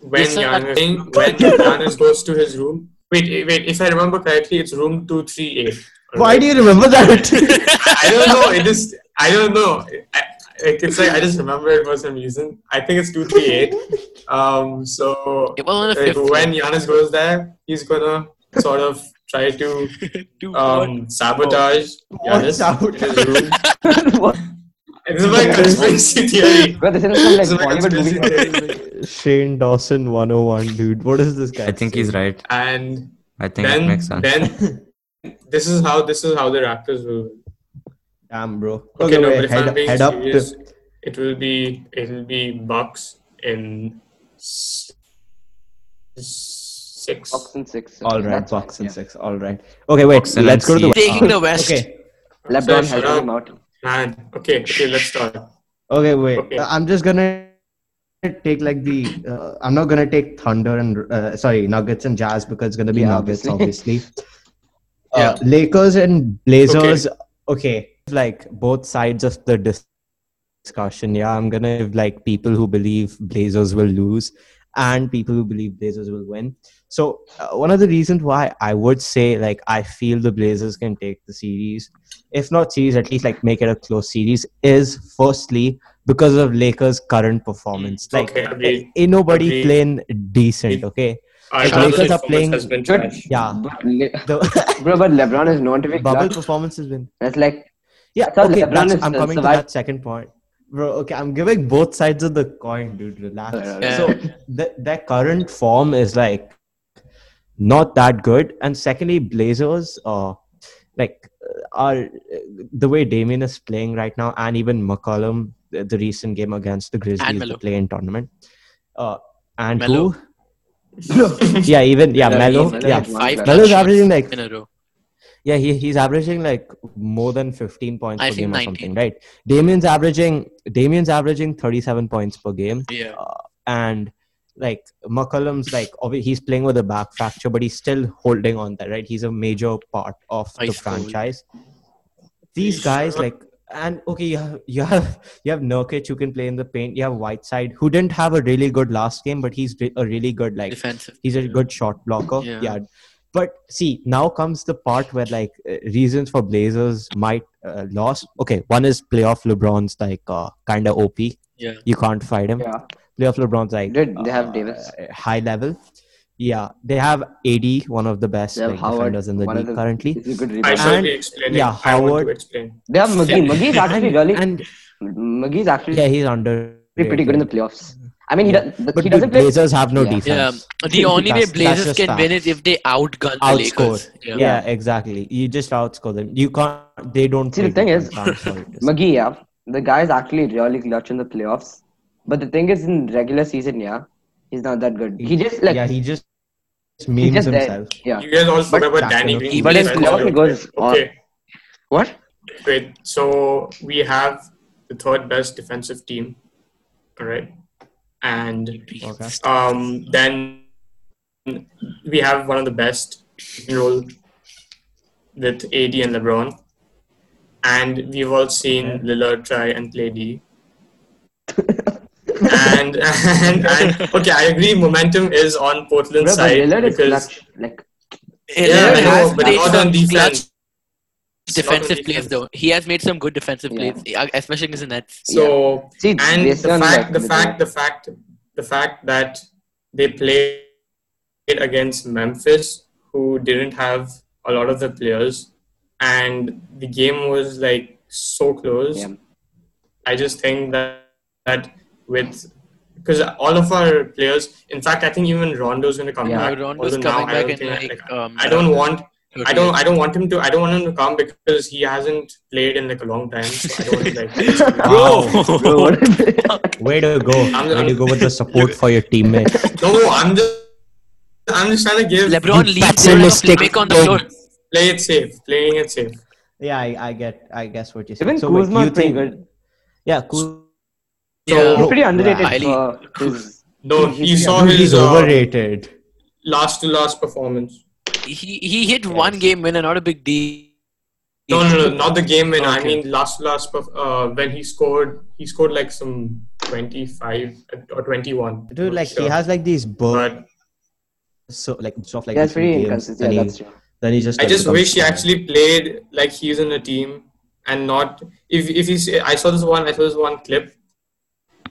[SPEAKER 2] when
[SPEAKER 1] Yes, sir. <laughs>
[SPEAKER 2] Giannis when Giannis goes to his room? Wait, eh, wait. If I remember correctly, it's room two three eight.
[SPEAKER 5] Why do you remember that?
[SPEAKER 2] I don't know. It is. I don't know. I, like, it's like I just remember it for some reason. I think it's two three
[SPEAKER 5] <laughs>
[SPEAKER 2] eight. Um. So
[SPEAKER 1] It was on the <laughs>
[SPEAKER 2] like,
[SPEAKER 1] fifth.
[SPEAKER 2] when Giannis goes there, he's gonna sort of try to
[SPEAKER 1] Two, one.
[SPEAKER 2] um, sabotage Giannis
[SPEAKER 5] Watch
[SPEAKER 2] in his room.
[SPEAKER 6] what?
[SPEAKER 2] This is my conspiracy theory.
[SPEAKER 6] Bro, this is some like
[SPEAKER 2] This is my
[SPEAKER 6] Bollywood
[SPEAKER 2] conspiracy
[SPEAKER 6] movie.
[SPEAKER 2] theory.
[SPEAKER 5] Shane Dawson 101, dude. What is this guy?
[SPEAKER 4] I think he's right.
[SPEAKER 2] And
[SPEAKER 4] I think it
[SPEAKER 2] then,
[SPEAKER 4] makes sense.
[SPEAKER 2] then this is how this is how the Raptors will. win.
[SPEAKER 5] damn, bro.
[SPEAKER 2] Okay, no,
[SPEAKER 5] wait,
[SPEAKER 2] but if
[SPEAKER 5] head,
[SPEAKER 2] I'm being
[SPEAKER 5] head up to
[SPEAKER 2] serious, it will be it will be Bucks in s- six.
[SPEAKER 6] Box and six.
[SPEAKER 5] all right,
[SPEAKER 6] That's fine,
[SPEAKER 5] box and
[SPEAKER 6] yeah.
[SPEAKER 5] six. All right. Okay, wait.
[SPEAKER 4] Box and
[SPEAKER 5] let's go to the
[SPEAKER 1] Taking the
[SPEAKER 5] Uh,
[SPEAKER 1] West.
[SPEAKER 5] Okay.
[SPEAKER 6] LeBron
[SPEAKER 2] Shut
[SPEAKER 6] helping
[SPEAKER 2] up.
[SPEAKER 6] him out.
[SPEAKER 2] Man, okay, okay, let's start.
[SPEAKER 5] Okay, wait.
[SPEAKER 2] Okay.
[SPEAKER 5] Uh, I'm just gonna take like the. Uh, I'm not gonna take Thunder and uh, sorry Nuggets and Jazz because it's gonna be
[SPEAKER 6] Yeah,
[SPEAKER 5] Nuggets, obviously.
[SPEAKER 6] obviously. <laughs>
[SPEAKER 5] Uh, Lakers and Blazers. Okay. like both sides of the dis- discussion. Yeah, I'm gonna have like people who believe Blazers will lose and people who believe Blazers will win. So uh, one of the reasons why I would say like I feel the Blazers can take the series, if not series, at least like make it a close series, is firstly because of Lakers' current performance.
[SPEAKER 6] Mm,
[SPEAKER 5] Like
[SPEAKER 2] Okay, agreed.
[SPEAKER 5] ain't nobody
[SPEAKER 2] Agreed.
[SPEAKER 5] playing decent.
[SPEAKER 2] Agreed.
[SPEAKER 5] Okay,
[SPEAKER 2] Our
[SPEAKER 1] Lakers
[SPEAKER 2] bubble
[SPEAKER 1] are
[SPEAKER 2] performance
[SPEAKER 5] playing
[SPEAKER 2] has been
[SPEAKER 6] good.
[SPEAKER 2] trash.
[SPEAKER 5] yeah,
[SPEAKER 6] But Le-
[SPEAKER 5] the
[SPEAKER 6] bro, but LeBron is known to be
[SPEAKER 5] bubble
[SPEAKER 6] clutch.
[SPEAKER 5] performance has been
[SPEAKER 6] That's like
[SPEAKER 5] yeah.
[SPEAKER 6] I thought
[SPEAKER 5] Okay,
[SPEAKER 6] LeBron
[SPEAKER 5] that's,
[SPEAKER 6] is-
[SPEAKER 5] I'm
[SPEAKER 6] uh,
[SPEAKER 5] coming to
[SPEAKER 6] survived-
[SPEAKER 5] that second point, bro. Okay, I'm giving both sides of the coin, dude. Relax.
[SPEAKER 6] Yeah.
[SPEAKER 5] So the, their current form is like not that good, and secondly, Blazers uh, like uh, are uh, the way Damien is playing right now, and even McCollum, the, the recent game against the Grizzlies,
[SPEAKER 1] Melo.
[SPEAKER 5] the play-in tournament, uh, and
[SPEAKER 1] Melo.
[SPEAKER 5] who? <laughs> yeah, even yeah, Melo,
[SPEAKER 6] Melo
[SPEAKER 5] yeah.
[SPEAKER 6] had one
[SPEAKER 1] Five
[SPEAKER 6] clutch.
[SPEAKER 5] Melo's
[SPEAKER 1] shots
[SPEAKER 5] averaging like
[SPEAKER 1] in a row.
[SPEAKER 5] yeah, he, he's averaging like more than 15 points
[SPEAKER 1] I
[SPEAKER 5] per
[SPEAKER 1] think
[SPEAKER 5] game or
[SPEAKER 1] 19.
[SPEAKER 5] something, right? Damien's averaging Damien's averaging 37 points per game,
[SPEAKER 1] Yeah.
[SPEAKER 5] and like McCollum's like obvi- he's playing with a back fracture, but he's still holding on there, right? He's a major part of the
[SPEAKER 1] Ice cold.
[SPEAKER 5] franchise. These guys like and okay, you have you have you have Nurkic who can play in the paint. You have Whiteside who didn't have a really good last game, but he's re- a really good like
[SPEAKER 1] Defensive.
[SPEAKER 5] he's a good shot blocker.
[SPEAKER 1] Yeah.
[SPEAKER 5] Yeah. But see, now comes the part where like uh, reasons for Blazers might uh, loss. Okay, one is playoff LeBron's like uh, kind of OP.
[SPEAKER 1] Yeah.
[SPEAKER 5] You can't fight him.
[SPEAKER 6] Yeah.
[SPEAKER 5] Playoff LeBron's like
[SPEAKER 6] Did they have
[SPEAKER 5] uh,
[SPEAKER 6] Davis?
[SPEAKER 5] high level. Yeah, they have AD, one of the best
[SPEAKER 6] They have
[SPEAKER 5] like,
[SPEAKER 6] Howard,
[SPEAKER 5] defenders in the
[SPEAKER 6] one of
[SPEAKER 5] league
[SPEAKER 6] the-
[SPEAKER 5] currently.
[SPEAKER 6] He's a good
[SPEAKER 2] I
[SPEAKER 6] rebounder.
[SPEAKER 2] shall
[SPEAKER 5] And-
[SPEAKER 2] be explaining.
[SPEAKER 5] yeah,
[SPEAKER 2] I want to
[SPEAKER 5] Howard-
[SPEAKER 2] explain.
[SPEAKER 6] They have Magee. Magee is actually
[SPEAKER 5] And,
[SPEAKER 6] really
[SPEAKER 5] and
[SPEAKER 6] Magee is actually
[SPEAKER 5] yeah, he's under
[SPEAKER 6] pretty good in the playoffs. I mean, he,
[SPEAKER 5] Yeah.
[SPEAKER 6] does,
[SPEAKER 5] But
[SPEAKER 6] he
[SPEAKER 5] dude,
[SPEAKER 6] doesn't play.
[SPEAKER 5] Blazers have no
[SPEAKER 6] Yeah.
[SPEAKER 1] Yeah.
[SPEAKER 5] defense.
[SPEAKER 1] The only way
[SPEAKER 5] That's- that's
[SPEAKER 1] Blazers
[SPEAKER 5] just
[SPEAKER 1] can win
[SPEAKER 5] facts.
[SPEAKER 1] is if they outgun the
[SPEAKER 5] Outscore.
[SPEAKER 1] Lakers.
[SPEAKER 5] Yeah. exactly. You just outscore them. You can't. They don't.
[SPEAKER 6] See, the
[SPEAKER 5] play
[SPEAKER 6] thing
[SPEAKER 5] defense,
[SPEAKER 6] is-
[SPEAKER 5] I'm sorry
[SPEAKER 6] <laughs>
[SPEAKER 5] to say.
[SPEAKER 6] Magee, yeah, the guy is actually really clutch in the playoffs. But the thing is, in regular season, yeah, he's not that good. He just like
[SPEAKER 5] yeah, he just
[SPEAKER 6] he's
[SPEAKER 5] memes
[SPEAKER 6] just there.
[SPEAKER 5] himself.
[SPEAKER 6] Yeah.
[SPEAKER 2] You guys all remember
[SPEAKER 5] Jackson
[SPEAKER 2] Danny
[SPEAKER 5] Loki-
[SPEAKER 2] Green?
[SPEAKER 1] But in
[SPEAKER 6] playoff it goes on.
[SPEAKER 2] Okay,
[SPEAKER 6] What?
[SPEAKER 2] wait. So we have the third best defensive team. All right, and
[SPEAKER 5] Okay.
[SPEAKER 2] um, then we have one of the best role with AD and LeBron, and we've all seen Lillard try and
[SPEAKER 6] <laughs>
[SPEAKER 2] play D. and, and and okay, I agree. Momentum is on Portland's
[SPEAKER 6] Bro, but
[SPEAKER 2] side
[SPEAKER 6] Lillard is
[SPEAKER 2] because
[SPEAKER 6] clutch. Like,
[SPEAKER 2] yeah,
[SPEAKER 1] Lillard
[SPEAKER 2] I
[SPEAKER 1] has
[SPEAKER 2] know, but
[SPEAKER 1] played
[SPEAKER 2] not
[SPEAKER 1] some
[SPEAKER 2] on
[SPEAKER 1] clutch
[SPEAKER 2] defense.
[SPEAKER 1] defensive
[SPEAKER 2] defense.
[SPEAKER 1] plays though. He has made some good defensive
[SPEAKER 6] Yeah.
[SPEAKER 1] plays, e- especially against the Nets.
[SPEAKER 2] So
[SPEAKER 6] see,
[SPEAKER 2] and
[SPEAKER 6] based
[SPEAKER 2] the
[SPEAKER 6] on
[SPEAKER 2] fact, the
[SPEAKER 6] like,
[SPEAKER 2] fact, the fact, the fact that they played against Memphis, who didn't have a lot of the players, and the game was like so close.
[SPEAKER 5] <laughs>
[SPEAKER 6] Yeah.
[SPEAKER 2] I just think that that with because all of our players, in fact, I think even Rondo's going to come
[SPEAKER 6] Yeah,
[SPEAKER 2] back.
[SPEAKER 1] Rondo's
[SPEAKER 2] although now
[SPEAKER 1] coming
[SPEAKER 2] I
[SPEAKER 1] back
[SPEAKER 2] don't
[SPEAKER 1] in,
[SPEAKER 2] think-
[SPEAKER 1] like, um,
[SPEAKER 2] I don't want I don't. I don't want him to. I don't want him to come because he hasn't played in like a long time. So I don't want
[SPEAKER 1] <laughs>
[SPEAKER 2] to, like.
[SPEAKER 6] Bro,
[SPEAKER 1] Bro,
[SPEAKER 6] what is
[SPEAKER 2] <laughs>
[SPEAKER 6] it?
[SPEAKER 5] Way to go!
[SPEAKER 2] I'm-
[SPEAKER 5] Way to go with the support for your
[SPEAKER 6] <laughs>
[SPEAKER 5] teammate.
[SPEAKER 2] No, I'm just. I'm just trying to give.
[SPEAKER 1] LeBron leaves
[SPEAKER 3] That's
[SPEAKER 1] there
[SPEAKER 3] a
[SPEAKER 1] enough
[SPEAKER 3] mistake.
[SPEAKER 1] playmaker on the floor.
[SPEAKER 2] Play it safe. Playing it safe.
[SPEAKER 5] yeah, I, I get. I guess what you're saying.
[SPEAKER 6] Even
[SPEAKER 5] so wait,
[SPEAKER 6] Kuzma
[SPEAKER 5] you
[SPEAKER 6] is pretty
[SPEAKER 5] think,
[SPEAKER 2] <laughs>
[SPEAKER 6] good.
[SPEAKER 5] Yeah, Kuzma
[SPEAKER 2] So
[SPEAKER 6] He's pretty
[SPEAKER 1] highly-
[SPEAKER 6] underrated for
[SPEAKER 5] <laughs>
[SPEAKER 6] his.
[SPEAKER 2] no, you saw
[SPEAKER 5] dude,
[SPEAKER 2] his
[SPEAKER 5] he's
[SPEAKER 2] uh,
[SPEAKER 5] overrated.
[SPEAKER 2] last to last performance.
[SPEAKER 1] He he hit one game winner, not a big deal.
[SPEAKER 2] No, no, no, not the game winner. I
[SPEAKER 1] Okay.
[SPEAKER 2] mean, last to last. perf- Uh, when he scored, he scored like some twenty-five uh, or twenty-one.
[SPEAKER 5] Dude,
[SPEAKER 2] Not
[SPEAKER 5] like he
[SPEAKER 2] sure.
[SPEAKER 5] has like these bursts,
[SPEAKER 2] But
[SPEAKER 5] so like stuff like
[SPEAKER 6] That's
[SPEAKER 5] different
[SPEAKER 6] pretty
[SPEAKER 5] games,
[SPEAKER 6] inconsistent.
[SPEAKER 5] Then,
[SPEAKER 6] Yeah,
[SPEAKER 5] he,
[SPEAKER 6] that's
[SPEAKER 5] <laughs>
[SPEAKER 6] true.
[SPEAKER 5] then he just.
[SPEAKER 2] I
[SPEAKER 5] like,
[SPEAKER 2] just
[SPEAKER 5] becomes
[SPEAKER 2] wish he
[SPEAKER 5] fire.
[SPEAKER 2] actually played like he's in a team and not. If if he's, I saw this one. I saw this one clip.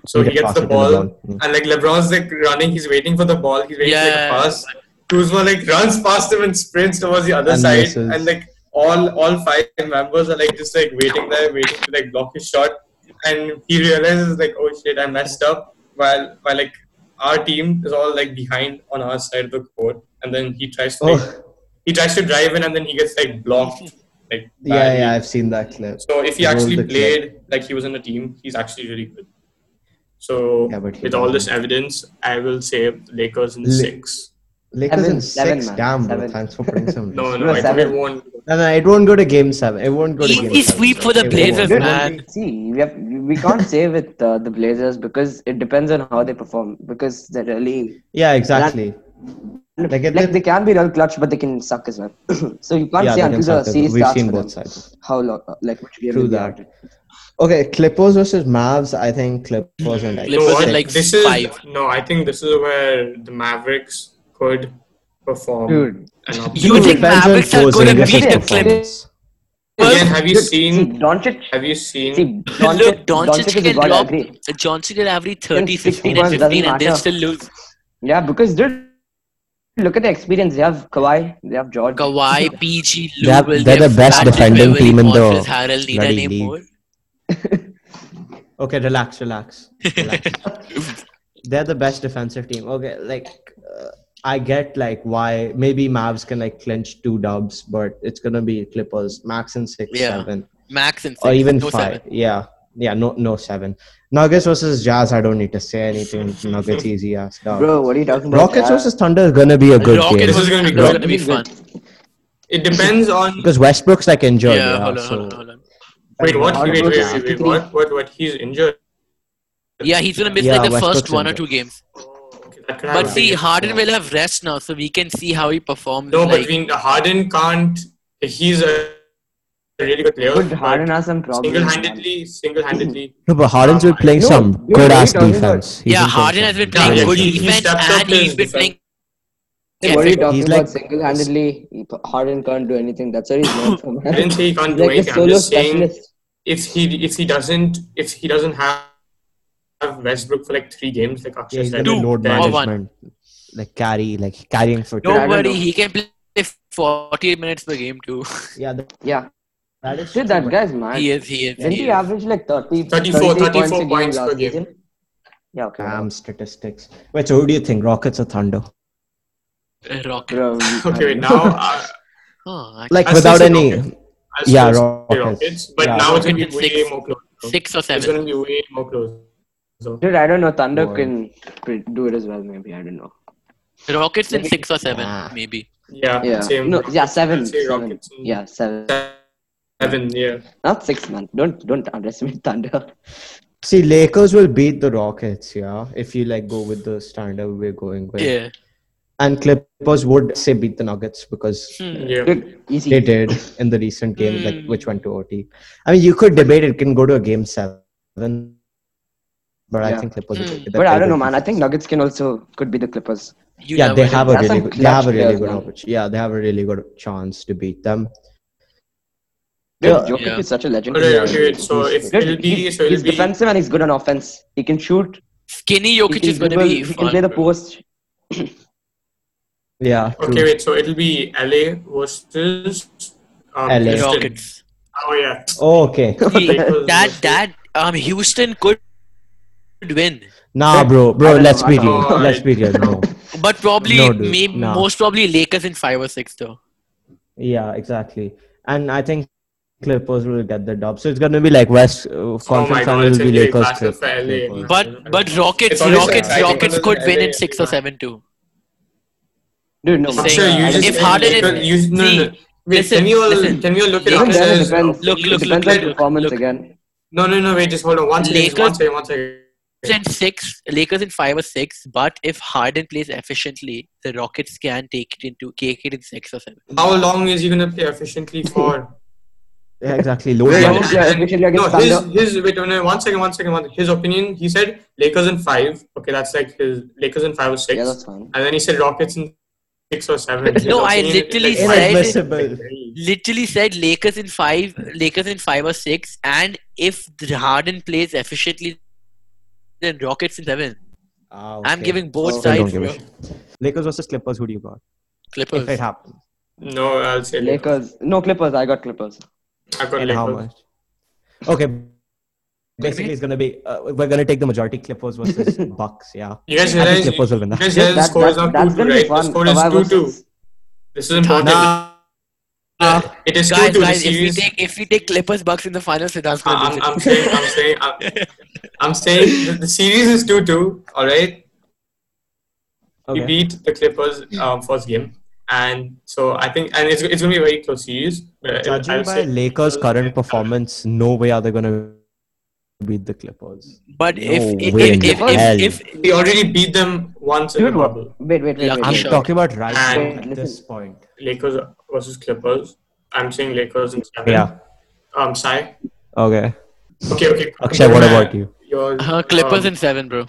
[SPEAKER 2] So
[SPEAKER 5] You
[SPEAKER 2] he gets
[SPEAKER 5] pass
[SPEAKER 2] the
[SPEAKER 5] it to
[SPEAKER 2] ball,
[SPEAKER 5] LeBron.
[SPEAKER 2] and like LeBron's like running, he's waiting for the ball, he's waiting
[SPEAKER 1] Yeah.
[SPEAKER 2] for like a pass. Kuzma like runs past him and sprints towards the other
[SPEAKER 5] And
[SPEAKER 2] side,
[SPEAKER 5] misses.
[SPEAKER 2] and like all all five members are like just like waiting there, waiting to like block his shot, and he realizes like oh shit, I messed up. While while like our team is all like behind on our side of the court, and then he tries to like,
[SPEAKER 5] Oh,
[SPEAKER 2] he tries to drive in, and then he gets like blocked. Like
[SPEAKER 5] yeah,
[SPEAKER 2] badly.
[SPEAKER 5] yeah, I've seen that clip.
[SPEAKER 2] So if he
[SPEAKER 5] Roll
[SPEAKER 2] actually
[SPEAKER 5] the clip.
[SPEAKER 2] played like he was in a team, he's actually really good. So
[SPEAKER 5] Yeah, but he
[SPEAKER 2] with all
[SPEAKER 5] doesn't.
[SPEAKER 2] this evidence, I will say Lakers in
[SPEAKER 5] Le-
[SPEAKER 2] six.
[SPEAKER 5] Lakers
[SPEAKER 6] Seven,
[SPEAKER 5] in
[SPEAKER 6] seven,
[SPEAKER 5] six.
[SPEAKER 6] man.
[SPEAKER 5] Damn, bro.
[SPEAKER 6] Seven.
[SPEAKER 5] Thanks for
[SPEAKER 6] <laughs>
[SPEAKER 5] putting some.
[SPEAKER 2] No,
[SPEAKER 5] risk.
[SPEAKER 2] no, I think it
[SPEAKER 6] seven.
[SPEAKER 2] won't.
[SPEAKER 5] no, no, it won't go to game seven. It won't go to game
[SPEAKER 1] Easy
[SPEAKER 5] seven.
[SPEAKER 1] sweep for the
[SPEAKER 5] It
[SPEAKER 1] Blazers,
[SPEAKER 5] won't.
[SPEAKER 1] man.
[SPEAKER 6] See, we have we can't say with uh, the Blazers because it depends on how they perform because they're really
[SPEAKER 5] Yeah, exactly. Like,
[SPEAKER 6] like,
[SPEAKER 5] it-
[SPEAKER 6] they can be real clutch but they can suck as well. <clears throat> so you can't
[SPEAKER 5] Yeah,
[SPEAKER 6] say
[SPEAKER 5] they can
[SPEAKER 6] until the
[SPEAKER 5] suck as
[SPEAKER 6] series
[SPEAKER 5] well. We've
[SPEAKER 6] starts
[SPEAKER 5] seen
[SPEAKER 6] for
[SPEAKER 5] both
[SPEAKER 6] them
[SPEAKER 5] sides.
[SPEAKER 6] how long uh, like which game
[SPEAKER 5] True
[SPEAKER 6] will be
[SPEAKER 5] that.
[SPEAKER 6] out.
[SPEAKER 5] Okay, Clippers versus Mavs. I think Clippers and like
[SPEAKER 2] You know
[SPEAKER 1] Clippers in
[SPEAKER 2] what?
[SPEAKER 1] like
[SPEAKER 2] this is
[SPEAKER 1] five.
[SPEAKER 2] no. I think this is where the Mavericks could perform.
[SPEAKER 7] Dude.
[SPEAKER 1] <laughs>
[SPEAKER 2] an option.
[SPEAKER 1] You think
[SPEAKER 5] Depends on
[SPEAKER 1] Mavericks are going to
[SPEAKER 5] Porzingis'
[SPEAKER 1] beat the
[SPEAKER 7] performance.
[SPEAKER 1] Clippers?
[SPEAKER 5] performance.
[SPEAKER 2] Again, have you
[SPEAKER 6] See,
[SPEAKER 2] seen?
[SPEAKER 6] Doncic.
[SPEAKER 2] Have you seen?
[SPEAKER 6] See,
[SPEAKER 1] <laughs>
[SPEAKER 6] Doncic.
[SPEAKER 1] Look, Doncic
[SPEAKER 6] is
[SPEAKER 1] can
[SPEAKER 6] God, I
[SPEAKER 1] drop.
[SPEAKER 6] agree.
[SPEAKER 1] Doncic can average 30, 15, and
[SPEAKER 6] 60 points,
[SPEAKER 1] 15,
[SPEAKER 6] doesn't
[SPEAKER 1] and they'll
[SPEAKER 6] matter.
[SPEAKER 1] still lose.
[SPEAKER 6] Yeah, because dude, look at the experience. They have Kawhi. They have George.
[SPEAKER 1] Kawhi, PG, Lou
[SPEAKER 3] They have-
[SPEAKER 1] Will,
[SPEAKER 3] they're the
[SPEAKER 1] they've
[SPEAKER 3] best
[SPEAKER 1] Patrick
[SPEAKER 3] defending
[SPEAKER 1] Beverley,
[SPEAKER 3] team in the
[SPEAKER 1] Montrezl Harrell, need I
[SPEAKER 3] bloody
[SPEAKER 1] name
[SPEAKER 3] league.
[SPEAKER 1] more?
[SPEAKER 5] Okay, relax, relax.
[SPEAKER 1] <laughs>
[SPEAKER 5] relax. They're the best defensive team. Okay, like uh, I get like why maybe Mavs can like clinch two dubs, but it's gonna be Clippers max and six,
[SPEAKER 1] Yeah.
[SPEAKER 5] seven,
[SPEAKER 1] Max and six,
[SPEAKER 5] or even
[SPEAKER 1] no
[SPEAKER 5] five.
[SPEAKER 1] seven.
[SPEAKER 5] Yeah, yeah, no, no seven. Nuggets versus Jazz. I don't need to say anything. Nuggets easy ass dog.
[SPEAKER 6] Bro, what are you talking about?
[SPEAKER 5] Rockets
[SPEAKER 6] Yeah.
[SPEAKER 5] versus Thunder is gonna be a good
[SPEAKER 1] Rockets
[SPEAKER 5] game
[SPEAKER 2] This is gonna be
[SPEAKER 1] It's
[SPEAKER 2] good.
[SPEAKER 1] gonna be fun.
[SPEAKER 2] It depends
[SPEAKER 5] <laughs>
[SPEAKER 2] on.
[SPEAKER 5] because Westbrook's like
[SPEAKER 1] Yeah,
[SPEAKER 5] injured. Yeah,
[SPEAKER 1] hold on,
[SPEAKER 5] so
[SPEAKER 1] hold on, hold on.
[SPEAKER 2] Wait, what? Wait, wait,
[SPEAKER 6] Westbrook
[SPEAKER 2] wait,
[SPEAKER 6] is
[SPEAKER 2] wait,
[SPEAKER 6] 53.
[SPEAKER 2] what? What? What? He's injured.
[SPEAKER 1] Yeah, he's gonna miss
[SPEAKER 5] Yeah,
[SPEAKER 1] like the
[SPEAKER 5] Westbrook's
[SPEAKER 1] first one or
[SPEAKER 5] injured.
[SPEAKER 1] two games.
[SPEAKER 2] Okay, that could
[SPEAKER 1] But
[SPEAKER 2] happen.
[SPEAKER 1] see, Harden will have rest now, so we can see how he performs.
[SPEAKER 2] no, but
[SPEAKER 1] like-
[SPEAKER 2] we Harden can't. He's a really good player.
[SPEAKER 6] Good Harden has some problems.
[SPEAKER 5] <clears throat>
[SPEAKER 2] Single-handedly, single-handedly.
[SPEAKER 3] No, but Harden's been playing
[SPEAKER 5] No,
[SPEAKER 3] some
[SPEAKER 5] you're
[SPEAKER 3] good
[SPEAKER 5] really
[SPEAKER 3] ass
[SPEAKER 5] talking
[SPEAKER 3] defense. He's
[SPEAKER 1] yeah,
[SPEAKER 3] been playing
[SPEAKER 1] Harden has
[SPEAKER 3] some
[SPEAKER 1] been playing
[SPEAKER 2] Yeah,
[SPEAKER 1] good
[SPEAKER 2] he- he
[SPEAKER 1] defense
[SPEAKER 2] stepped up
[SPEAKER 1] and he's
[SPEAKER 2] his
[SPEAKER 1] been
[SPEAKER 2] defense.
[SPEAKER 1] playing.
[SPEAKER 6] What are you talking
[SPEAKER 5] He's
[SPEAKER 6] about?
[SPEAKER 5] like-
[SPEAKER 6] Single-handedly, Harden can't do anything. That's what he's known for. <laughs>
[SPEAKER 2] I didn't say he can't
[SPEAKER 6] He's
[SPEAKER 2] do
[SPEAKER 6] like a
[SPEAKER 2] anything. I'm
[SPEAKER 6] solo
[SPEAKER 2] just saying
[SPEAKER 6] specialist.
[SPEAKER 2] if he if he doesn't if he doesn't have have Westbrook for like three games, like
[SPEAKER 5] yeah,
[SPEAKER 2] Akshay
[SPEAKER 5] he's
[SPEAKER 2] said,
[SPEAKER 5] gonna be
[SPEAKER 1] Two
[SPEAKER 5] load
[SPEAKER 2] then-
[SPEAKER 1] or one.
[SPEAKER 5] management, like carry, like carrying for.
[SPEAKER 1] Don't
[SPEAKER 6] Harden
[SPEAKER 1] worry,
[SPEAKER 6] don't-
[SPEAKER 1] he can play 40 minutes per game too. <laughs>
[SPEAKER 5] Yeah, that,
[SPEAKER 6] Yeah.
[SPEAKER 5] that is
[SPEAKER 6] Dude,
[SPEAKER 5] true,
[SPEAKER 6] that
[SPEAKER 5] but-
[SPEAKER 6] guy's mad.
[SPEAKER 1] He is, he is.
[SPEAKER 6] Didn't
[SPEAKER 1] He
[SPEAKER 6] he
[SPEAKER 1] is.
[SPEAKER 6] average like 30,
[SPEAKER 2] 34,
[SPEAKER 6] 33 points,
[SPEAKER 2] 34
[SPEAKER 6] a game
[SPEAKER 2] points
[SPEAKER 6] last
[SPEAKER 2] per game.
[SPEAKER 6] season? Yeah, okay.
[SPEAKER 5] Damn statistics. Wait, so who do you think? Rockets or Thunder?
[SPEAKER 1] Uh, Rocket.
[SPEAKER 2] <laughs>
[SPEAKER 6] Bro,
[SPEAKER 2] Okay, wait, now uh,
[SPEAKER 5] <laughs>
[SPEAKER 1] Huh, I-
[SPEAKER 5] Like
[SPEAKER 2] I'll
[SPEAKER 5] without
[SPEAKER 2] say
[SPEAKER 5] any.
[SPEAKER 2] Rockets. I
[SPEAKER 5] Yeah,
[SPEAKER 2] still say
[SPEAKER 5] Rockets.
[SPEAKER 2] but
[SPEAKER 5] Yeah,
[SPEAKER 2] now it's gonna be
[SPEAKER 1] Rockets
[SPEAKER 2] way
[SPEAKER 1] is six.
[SPEAKER 2] more close.
[SPEAKER 1] six or
[SPEAKER 2] It's
[SPEAKER 1] seven.
[SPEAKER 2] gonna be way more close. So,
[SPEAKER 6] Dude, I don't know. Thunder
[SPEAKER 5] Boy.
[SPEAKER 6] can pre- do it as well, maybe. I don't know.
[SPEAKER 1] Rockets in six or seven,
[SPEAKER 5] Ah.
[SPEAKER 1] maybe.
[SPEAKER 2] yeah,
[SPEAKER 6] Yeah.
[SPEAKER 2] same.
[SPEAKER 6] No, yeah, seven.
[SPEAKER 2] I'll say
[SPEAKER 6] seven.
[SPEAKER 2] Rockets.
[SPEAKER 6] Yeah, seven.
[SPEAKER 2] Seven, yeah.
[SPEAKER 6] Not six, man. Don't don't underestimate <laughs> Thunder.
[SPEAKER 5] See, Lakers will beat the Rockets, yeah. If you like go with the standard we're going with,
[SPEAKER 1] Yeah.
[SPEAKER 5] and Clippers would say beat the Nuggets because
[SPEAKER 1] Hmm.
[SPEAKER 2] Yeah.
[SPEAKER 6] Dude, easy.
[SPEAKER 5] they did in the recent game, like
[SPEAKER 1] Hmm.
[SPEAKER 5] which went to OT. I mean, you could debate it can go to a game seven, but I
[SPEAKER 6] Yeah.
[SPEAKER 5] think Clippers. will
[SPEAKER 1] Hmm.
[SPEAKER 5] take it.
[SPEAKER 6] But
[SPEAKER 5] They're
[SPEAKER 6] I don't know,
[SPEAKER 5] good
[SPEAKER 6] man. I
[SPEAKER 5] defense.
[SPEAKER 6] think Nuggets can also could be the Clippers.
[SPEAKER 1] You
[SPEAKER 5] yeah, they
[SPEAKER 1] never
[SPEAKER 5] have
[SPEAKER 1] know.
[SPEAKER 5] a
[SPEAKER 6] That's
[SPEAKER 5] really
[SPEAKER 6] some
[SPEAKER 5] good, they have a
[SPEAKER 6] clutch
[SPEAKER 5] really
[SPEAKER 6] players,
[SPEAKER 5] good
[SPEAKER 6] man.
[SPEAKER 5] opportunity. Yeah, they have a really good chance to beat them.
[SPEAKER 6] Dude,
[SPEAKER 5] Yeah.
[SPEAKER 6] Jokic
[SPEAKER 1] Yeah.
[SPEAKER 6] is such a legend.
[SPEAKER 2] Okay, okay, wait, so if
[SPEAKER 6] Dude,
[SPEAKER 2] it'll be,
[SPEAKER 6] he's,
[SPEAKER 2] so it'll
[SPEAKER 6] he's
[SPEAKER 2] be.
[SPEAKER 6] defensive and he's good on offense. He can shoot.
[SPEAKER 1] Skinny
[SPEAKER 6] He
[SPEAKER 1] Jokic
[SPEAKER 6] can,
[SPEAKER 1] is going to
[SPEAKER 6] dribble,
[SPEAKER 1] be
[SPEAKER 6] he can play
[SPEAKER 1] fun.
[SPEAKER 6] the post.
[SPEAKER 5] Yeah.
[SPEAKER 2] Okay,
[SPEAKER 5] true.
[SPEAKER 2] wait, so it'll be LA versus um,
[SPEAKER 5] LA.
[SPEAKER 2] Houston.
[SPEAKER 1] Rockets.
[SPEAKER 2] Oh yeah.
[SPEAKER 5] Oh, okay.
[SPEAKER 1] See,
[SPEAKER 2] Lakers
[SPEAKER 1] that
[SPEAKER 2] versus-
[SPEAKER 1] that um Houston could win,
[SPEAKER 5] Nah, bro,
[SPEAKER 6] I
[SPEAKER 5] bro.
[SPEAKER 6] don't
[SPEAKER 5] Let's
[SPEAKER 6] know, I
[SPEAKER 5] be
[SPEAKER 6] don't
[SPEAKER 5] real.
[SPEAKER 2] know.
[SPEAKER 5] Let's be real. No.
[SPEAKER 1] but probably
[SPEAKER 5] No, dude,
[SPEAKER 1] maybe
[SPEAKER 5] nah.
[SPEAKER 1] most probably Lakers in five or six though.
[SPEAKER 5] Yeah, exactly. And I think Clippers will get the dub. So it's gonna be like West uh, conference
[SPEAKER 2] God,
[SPEAKER 5] final will
[SPEAKER 2] it's
[SPEAKER 5] be
[SPEAKER 2] gonna be
[SPEAKER 5] Lakers.
[SPEAKER 2] massive for LA.
[SPEAKER 5] Clippers.
[SPEAKER 1] But but Rockets
[SPEAKER 2] It's always
[SPEAKER 1] Rockets
[SPEAKER 2] exciting
[SPEAKER 1] Rockets
[SPEAKER 2] because
[SPEAKER 1] could
[SPEAKER 2] it's
[SPEAKER 1] win
[SPEAKER 2] LA,
[SPEAKER 1] in six or
[SPEAKER 2] everyone.
[SPEAKER 1] seven too.
[SPEAKER 6] Dude, no.
[SPEAKER 1] Just
[SPEAKER 6] man.
[SPEAKER 1] saying,
[SPEAKER 2] Akshay, you
[SPEAKER 6] I
[SPEAKER 2] just
[SPEAKER 6] don't
[SPEAKER 1] if
[SPEAKER 2] said
[SPEAKER 6] know.
[SPEAKER 1] Harden is-
[SPEAKER 2] Lakers- you, no, no,
[SPEAKER 1] See,
[SPEAKER 2] no. Wait,
[SPEAKER 1] listen,
[SPEAKER 2] can you all
[SPEAKER 1] listen.
[SPEAKER 2] can we all look at
[SPEAKER 1] Even
[SPEAKER 6] Even then, it
[SPEAKER 2] Akshay's
[SPEAKER 6] depends.
[SPEAKER 1] Look,
[SPEAKER 6] It
[SPEAKER 1] look,
[SPEAKER 6] depends
[SPEAKER 1] look,
[SPEAKER 6] on
[SPEAKER 1] look,
[SPEAKER 6] performance
[SPEAKER 1] look.
[SPEAKER 6] again.
[SPEAKER 2] No, no, no. Wait, just hold on. One second. just One
[SPEAKER 1] Lakers-
[SPEAKER 2] second. One second.
[SPEAKER 1] Lakers in six, Lakers in five or six. But if Harden plays efficiently, the Rockets can take it into take it in six or seven.
[SPEAKER 2] How long is he gonna play efficiently for?
[SPEAKER 5] Yeah, exactly. Load
[SPEAKER 6] Yeah,
[SPEAKER 5] management.
[SPEAKER 6] yeah, efficiently
[SPEAKER 2] no,
[SPEAKER 6] against
[SPEAKER 2] his
[SPEAKER 6] Thunder.
[SPEAKER 2] his wait. One one second. One second. One second. His opinion. He said Lakers in five. Okay, that's like his Lakers in five or six.
[SPEAKER 6] Yeah, that's fine.
[SPEAKER 2] and then he said Rockets in six or seven. His
[SPEAKER 1] <laughs> No, I
[SPEAKER 2] opinion is,
[SPEAKER 1] literally
[SPEAKER 2] like,
[SPEAKER 1] said-
[SPEAKER 5] Inadmissible.
[SPEAKER 1] Literally said Lakers in five, Lakers in five or six, and if Harden plays efficiently, then Rockets in seven.
[SPEAKER 5] Ah,
[SPEAKER 1] I'm
[SPEAKER 5] okay.
[SPEAKER 1] giving both
[SPEAKER 5] So-
[SPEAKER 1] sides.
[SPEAKER 5] Don't give a
[SPEAKER 1] bro.
[SPEAKER 5] shit. Lakers versus Clippers. Who do you got? If it
[SPEAKER 1] Clippers.
[SPEAKER 5] happens,
[SPEAKER 2] No, I'll say Lakers.
[SPEAKER 6] Lakers. No Clippers. I got Clippers.
[SPEAKER 2] I've got
[SPEAKER 5] and how
[SPEAKER 2] Lakers.
[SPEAKER 5] much? Okay. Basically, it's gonna be uh, we're gonna take the majority Clippers
[SPEAKER 2] <laughs>
[SPEAKER 5] versus Bucks. Yeah.
[SPEAKER 2] You guys
[SPEAKER 5] I think
[SPEAKER 2] realize?
[SPEAKER 5] Clippers will win
[SPEAKER 2] You
[SPEAKER 5] that.
[SPEAKER 2] guys realize the
[SPEAKER 6] That-
[SPEAKER 2] score is
[SPEAKER 6] that-
[SPEAKER 2] not
[SPEAKER 6] that's
[SPEAKER 2] two
[SPEAKER 6] gonna
[SPEAKER 2] two,
[SPEAKER 6] be
[SPEAKER 2] right? The
[SPEAKER 6] fun.
[SPEAKER 2] score is
[SPEAKER 6] Kawhi
[SPEAKER 2] two two.
[SPEAKER 6] versus-
[SPEAKER 2] This is important.
[SPEAKER 5] Nah.
[SPEAKER 2] It is two
[SPEAKER 1] Guys,
[SPEAKER 2] two. The
[SPEAKER 1] guys, if we
[SPEAKER 2] series.
[SPEAKER 1] take if we take Clippers Bucks in the finals, Siddharth's
[SPEAKER 2] I-
[SPEAKER 1] gonna
[SPEAKER 2] Ah, I'm,
[SPEAKER 1] lose
[SPEAKER 2] I'm
[SPEAKER 1] it.
[SPEAKER 2] saying, I'm saying, I'm, I'm saying the, the series is 2 2, all right? We
[SPEAKER 5] Okay.
[SPEAKER 2] beat the Clippers um, first game. And so I think, and it's, it's going to be a very close series. Uh, I
[SPEAKER 5] Judging
[SPEAKER 2] would
[SPEAKER 5] by
[SPEAKER 2] say-
[SPEAKER 5] Lakers' current performance, no way are they gonna beat the Clippers.
[SPEAKER 1] But if
[SPEAKER 3] No
[SPEAKER 1] if
[SPEAKER 3] way in
[SPEAKER 1] if,
[SPEAKER 3] hell.
[SPEAKER 1] if, if
[SPEAKER 2] We already beat them once in
[SPEAKER 6] Dude,
[SPEAKER 2] the
[SPEAKER 6] what?
[SPEAKER 2] bubble.
[SPEAKER 6] Wait, wait, wait, wait.
[SPEAKER 1] Lucky
[SPEAKER 5] I'm
[SPEAKER 6] wait.
[SPEAKER 1] shot.
[SPEAKER 5] talking about right now
[SPEAKER 2] And-
[SPEAKER 5] at this point.
[SPEAKER 2] Lakers versus Clippers. I'm saying Lakers in seven.
[SPEAKER 5] Yeah.
[SPEAKER 2] Um, Sai.
[SPEAKER 5] Okay.
[SPEAKER 2] Okay, okay.
[SPEAKER 5] Akshay, what about you?
[SPEAKER 2] Your,
[SPEAKER 1] uh, Clippers
[SPEAKER 2] um,
[SPEAKER 1] in seven, bro.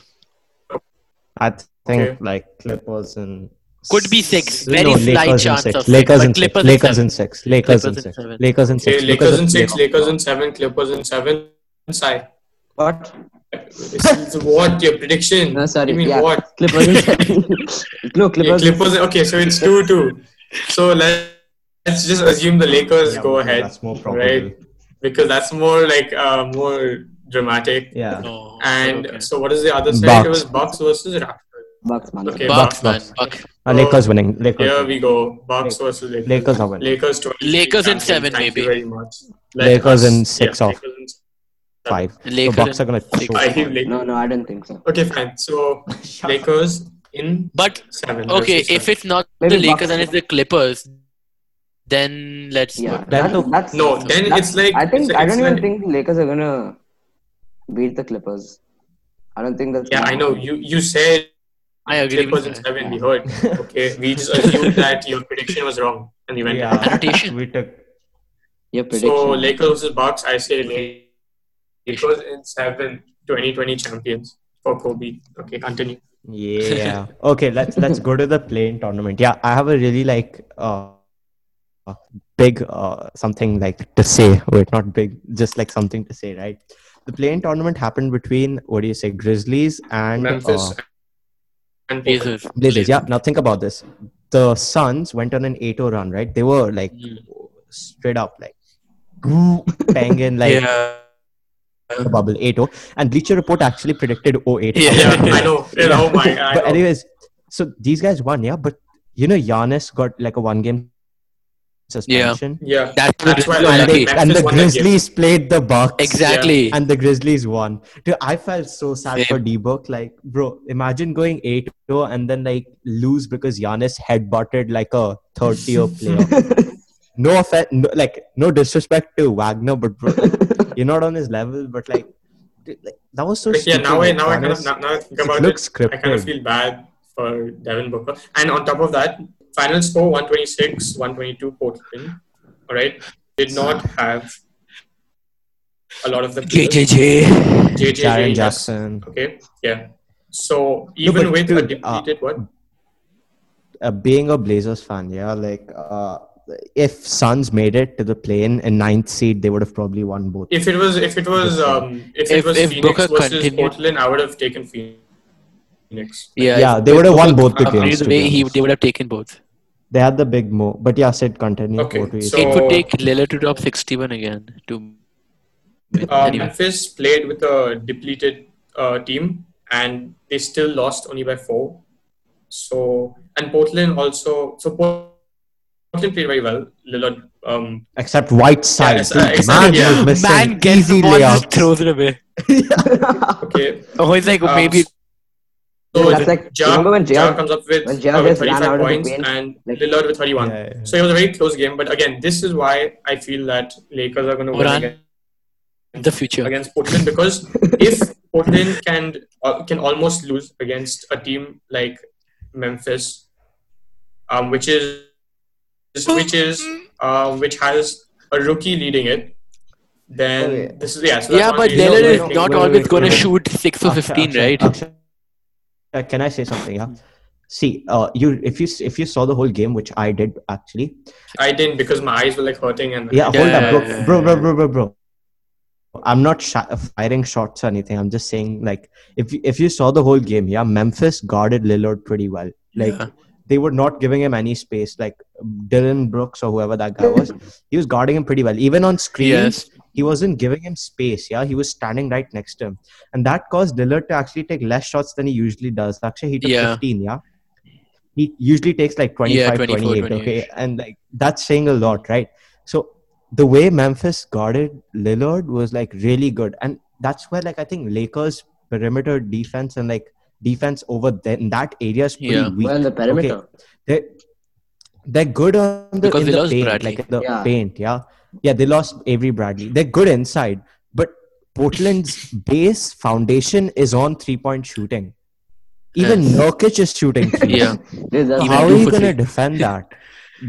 [SPEAKER 5] I th- think
[SPEAKER 2] Okay.
[SPEAKER 5] like Clippers and
[SPEAKER 1] Could be six.
[SPEAKER 5] No,
[SPEAKER 1] Very
[SPEAKER 5] no,
[SPEAKER 1] slight
[SPEAKER 5] Lakers in
[SPEAKER 1] chance
[SPEAKER 5] six.
[SPEAKER 1] of six,
[SPEAKER 5] Lakers
[SPEAKER 1] but
[SPEAKER 5] in six.
[SPEAKER 1] Clippers in
[SPEAKER 5] Lakers
[SPEAKER 1] seven.
[SPEAKER 5] in six. Lakers in
[SPEAKER 1] Clippers in
[SPEAKER 5] six.
[SPEAKER 1] seven.
[SPEAKER 5] Lakers in six.
[SPEAKER 2] Okay, Lakers
[SPEAKER 5] because
[SPEAKER 2] in
[SPEAKER 5] of
[SPEAKER 2] six,
[SPEAKER 5] playoff.
[SPEAKER 2] Lakers in seven, Clippers in seven. Sai,
[SPEAKER 6] What?
[SPEAKER 2] this is what your prediction?
[SPEAKER 6] No, sorry.
[SPEAKER 2] You mean
[SPEAKER 6] yeah.
[SPEAKER 2] what?
[SPEAKER 6] Clippers. <laughs>
[SPEAKER 2] <laughs>
[SPEAKER 6] in seven. no,
[SPEAKER 2] Yeah,
[SPEAKER 6] Clippers.
[SPEAKER 2] Clippers. Okay, so it's two two. So let let's just assume the Lakers
[SPEAKER 5] Yeah,
[SPEAKER 2] go
[SPEAKER 5] okay,
[SPEAKER 2] ahead,
[SPEAKER 5] That's more
[SPEAKER 2] right?
[SPEAKER 5] probable.
[SPEAKER 2] Because that's more like uh, more dramatic.
[SPEAKER 5] Yeah.
[SPEAKER 1] No.
[SPEAKER 2] And
[SPEAKER 1] okay.
[SPEAKER 2] so what is the other side? It
[SPEAKER 3] Bucks.
[SPEAKER 2] was Bucks versus Raptors.
[SPEAKER 6] Bucks, man.
[SPEAKER 2] Okay,
[SPEAKER 1] Bucks,
[SPEAKER 2] Bucks.
[SPEAKER 1] man.
[SPEAKER 3] Bucks.
[SPEAKER 1] Buck.
[SPEAKER 5] Ah,
[SPEAKER 3] Uh, Lakers winning. Lakers.
[SPEAKER 2] Here we go. Bucks versus Lakers.
[SPEAKER 3] Lakers are winning.
[SPEAKER 2] Lakers 20.
[SPEAKER 1] Lakers in seven,
[SPEAKER 2] Thank
[SPEAKER 1] maybe.
[SPEAKER 2] You very much.
[SPEAKER 3] Lakers in six off.
[SPEAKER 2] Lakers in six.
[SPEAKER 3] Five. The
[SPEAKER 1] Lakers
[SPEAKER 3] Bucks are
[SPEAKER 1] in-
[SPEAKER 3] gonna.
[SPEAKER 1] six.
[SPEAKER 2] I think
[SPEAKER 3] Show.
[SPEAKER 2] Lakers.
[SPEAKER 6] No, no, I don't think so.
[SPEAKER 2] Okay, fine. So Lakers in
[SPEAKER 1] But
[SPEAKER 2] seven.
[SPEAKER 1] okay,
[SPEAKER 2] versus
[SPEAKER 1] if
[SPEAKER 2] seven.
[SPEAKER 1] it's not
[SPEAKER 6] Maybe
[SPEAKER 1] the Lakers
[SPEAKER 6] Bucks.
[SPEAKER 1] and it's the Clippers, then let's.
[SPEAKER 6] Yeah.
[SPEAKER 3] Then
[SPEAKER 6] That's,
[SPEAKER 3] the-
[SPEAKER 6] that's,
[SPEAKER 2] no, then
[SPEAKER 6] that's-
[SPEAKER 2] it's like
[SPEAKER 6] I think
[SPEAKER 2] it's
[SPEAKER 6] I don't
[SPEAKER 2] it's
[SPEAKER 6] even
[SPEAKER 2] like-
[SPEAKER 6] think the Lakers are gonna beat the Clippers. I don't think that's
[SPEAKER 2] Yeah, I know. You you said
[SPEAKER 1] I agree.
[SPEAKER 2] Clippers
[SPEAKER 1] With
[SPEAKER 2] in
[SPEAKER 1] that.
[SPEAKER 2] seven. We heard. Okay, we just assumed that your prediction was wrong, and you went.
[SPEAKER 5] Yeah. <laughs>
[SPEAKER 1] Annotation.
[SPEAKER 5] <laughs> We took.
[SPEAKER 6] your prediction.
[SPEAKER 2] So Lakers versus Bucks. I say Lakers in seven. 2020 champions for Kobe. Okay, continue.
[SPEAKER 3] Yeah.
[SPEAKER 5] Okay, let's let's go to the playing tournament. Yeah, I have a really like uh uh, big uh something like to say. Wait, not big, just like something to say, right? The playing tournament happened between what do you say, Grizzlies and
[SPEAKER 2] Memphis
[SPEAKER 5] uh,
[SPEAKER 2] and Portland.
[SPEAKER 1] Blazers.
[SPEAKER 5] Blazers. Yeah. Now think about this. The Suns went on an 8-0 run, right? They were like
[SPEAKER 1] Mm.
[SPEAKER 5] straight up like banging like
[SPEAKER 1] yeah.
[SPEAKER 5] the bubble 8-0. And Bleacher Report actually predicted 0-8.
[SPEAKER 2] Yeah, I know. Yeah, oh my, I
[SPEAKER 5] but
[SPEAKER 2] know.
[SPEAKER 5] anyways, so these guys won, yeah. But you know, Giannis got like a one game suspension.
[SPEAKER 2] Yeah,
[SPEAKER 1] That's,
[SPEAKER 2] That's why
[SPEAKER 1] the
[SPEAKER 2] I
[SPEAKER 5] And,
[SPEAKER 2] like
[SPEAKER 1] lucky.
[SPEAKER 5] they,
[SPEAKER 2] Memphis
[SPEAKER 5] and the
[SPEAKER 2] won that game.
[SPEAKER 5] Grizzlies played the Bucks.
[SPEAKER 1] Exactly.
[SPEAKER 5] And the Grizzlies won. Dude, I felt so sad
[SPEAKER 1] Same.
[SPEAKER 5] for D-Book. Like, bro, imagine going 8-0 and then like lose because Giannis headbutted like a third-tier
[SPEAKER 1] <laughs>
[SPEAKER 5] player. No offense, no, like no disrespect to Wagner, but bro, like, you're not on his level. But like, dude, like that was so.
[SPEAKER 2] But yeah,
[SPEAKER 5] stupid,
[SPEAKER 2] now I
[SPEAKER 5] like,
[SPEAKER 2] now I kind of
[SPEAKER 5] Giannis-
[SPEAKER 2] now, now I think
[SPEAKER 5] it
[SPEAKER 2] about it.
[SPEAKER 5] looks
[SPEAKER 2] I kind of
[SPEAKER 5] scripted.
[SPEAKER 2] feel bad for Devin Booker. And on top of that, final score 126, 122 Portland. All right, did not have a lot of the players.
[SPEAKER 1] JJJ.
[SPEAKER 2] JJJ,
[SPEAKER 5] Jaren
[SPEAKER 2] yes.
[SPEAKER 5] Jackson.
[SPEAKER 2] Okay, yeah. So even
[SPEAKER 5] but
[SPEAKER 2] with a
[SPEAKER 5] dude, uh,
[SPEAKER 2] depleted what?
[SPEAKER 5] uh, being a Blazers fan, yeah, like uh, if Suns made it to the play-in in ninth seed, they would have probably won both.
[SPEAKER 2] If it was if it was um if, it
[SPEAKER 1] If-
[SPEAKER 2] was
[SPEAKER 1] if
[SPEAKER 2] Phoenix
[SPEAKER 1] Booker
[SPEAKER 2] versus
[SPEAKER 1] continued-
[SPEAKER 2] Portland, I would have taken Phoenix.
[SPEAKER 1] Yeah.
[SPEAKER 5] yeah,
[SPEAKER 1] if-
[SPEAKER 5] they would have won
[SPEAKER 1] if-
[SPEAKER 5] both the
[SPEAKER 1] uh,
[SPEAKER 5] games. to
[SPEAKER 1] They,
[SPEAKER 5] be
[SPEAKER 1] he,
[SPEAKER 5] honest.
[SPEAKER 1] they would have taken both.
[SPEAKER 5] They had the big move, but yeah, Sid continue.
[SPEAKER 2] Okay,
[SPEAKER 5] what we-
[SPEAKER 2] so-
[SPEAKER 1] it would take Lillard to drop 61 again. To
[SPEAKER 2] Uh,
[SPEAKER 1] anyway.
[SPEAKER 2] Memphis played with a depleted uh, team and they still lost only by four. So and Portland also so Port- Portland played very well. Lillard um,
[SPEAKER 5] except Whiteside,
[SPEAKER 2] Yeah,
[SPEAKER 1] uh,
[SPEAKER 5] dude,
[SPEAKER 2] except-
[SPEAKER 5] man,
[SPEAKER 2] yeah.
[SPEAKER 5] was missing
[SPEAKER 1] Man gets the
[SPEAKER 5] easy
[SPEAKER 1] ball, just
[SPEAKER 5] layups.
[SPEAKER 1] throws it away.
[SPEAKER 6] Ah,
[SPEAKER 2] okay.
[SPEAKER 1] Oh, it's like
[SPEAKER 2] Um,
[SPEAKER 1] maybe
[SPEAKER 2] So
[SPEAKER 6] That's like-
[SPEAKER 2] Ja,
[SPEAKER 6] remember when
[SPEAKER 2] Ja
[SPEAKER 6] Ja-
[SPEAKER 2] comes up with,
[SPEAKER 6] when Ja
[SPEAKER 2] uh, with
[SPEAKER 6] just ran out
[SPEAKER 2] 35
[SPEAKER 6] of the
[SPEAKER 2] points
[SPEAKER 6] paint,
[SPEAKER 2] and
[SPEAKER 6] like-
[SPEAKER 2] Lillard with 31.
[SPEAKER 5] Yeah, yeah.
[SPEAKER 2] So it was a very close game. But again, this is why I feel that Lakers are going to win
[SPEAKER 1] Moran.
[SPEAKER 2] again.
[SPEAKER 1] the future.
[SPEAKER 2] against Portland because if Portland can uh, can almost lose against a team like Memphis, um, which is which is um, which has a rookie leading it, then
[SPEAKER 5] Okay.
[SPEAKER 2] this is yeah. So that's
[SPEAKER 1] Yeah,
[SPEAKER 2] one
[SPEAKER 1] but
[SPEAKER 2] reason
[SPEAKER 1] Lillard
[SPEAKER 2] why I
[SPEAKER 1] is
[SPEAKER 2] think-
[SPEAKER 1] not
[SPEAKER 5] wait, wait,
[SPEAKER 1] always
[SPEAKER 5] wait,
[SPEAKER 1] going to
[SPEAKER 5] wait.
[SPEAKER 1] shoot 6 for
[SPEAKER 5] Akshay,
[SPEAKER 1] 15,
[SPEAKER 5] Akshay,
[SPEAKER 1] right?
[SPEAKER 5] Akshay, uh, can I say something? Yeah. See, uh, you if you if you saw the whole game, which I did actually,
[SPEAKER 2] I didn't because my eyes were like hurting and
[SPEAKER 5] Yeah,
[SPEAKER 1] Yeah,
[SPEAKER 5] hold
[SPEAKER 1] yeah,
[SPEAKER 5] up,
[SPEAKER 1] yeah,
[SPEAKER 5] bro, bro, bro, bro, bro, bro. I'm not sh- firing shots or anything. I'm just saying, like, if you- if you saw the whole game, yeah, Memphis guarded Lillard pretty well. Like,
[SPEAKER 1] Yeah.
[SPEAKER 5] they were not giving him any space. Like Dylan Brooks or whoever that guy was, he was guarding him pretty well. Even on screens,
[SPEAKER 1] Yes.
[SPEAKER 5] he wasn't giving him space. Yeah, he was standing right next to him, and that caused Lillard to actually take less shots than he usually does. Actually, he took
[SPEAKER 1] Yeah.
[SPEAKER 5] 15. Yeah. He usually takes like 25,
[SPEAKER 1] 24,
[SPEAKER 5] 28,
[SPEAKER 1] 28.
[SPEAKER 5] okay, and like that's saying a lot, right? So the way Memphis guarded Lillard was like really good, and that's where like I think Lakers perimeter defense and like defense over then that area is pretty
[SPEAKER 1] Yeah.
[SPEAKER 5] weak.
[SPEAKER 6] well, the perimeter.
[SPEAKER 5] They they're good on the
[SPEAKER 1] Because
[SPEAKER 5] in
[SPEAKER 1] they
[SPEAKER 5] the
[SPEAKER 1] lost
[SPEAKER 5] paint,
[SPEAKER 1] Bradley.
[SPEAKER 5] like in the
[SPEAKER 6] Yeah.
[SPEAKER 5] paint. Yeah, yeah, they lost Avery Bradley. They're good inside, but Portland's base foundation is on three-point shooting. Even
[SPEAKER 1] Yes.
[SPEAKER 5] Nurkic is
[SPEAKER 1] <laughs>
[SPEAKER 5] shooting. threes.
[SPEAKER 1] Yeah.
[SPEAKER 6] Dude, that's-
[SPEAKER 5] So
[SPEAKER 1] Even
[SPEAKER 5] how are
[SPEAKER 1] two
[SPEAKER 5] you
[SPEAKER 1] for
[SPEAKER 5] gonna
[SPEAKER 1] three.
[SPEAKER 5] defend that?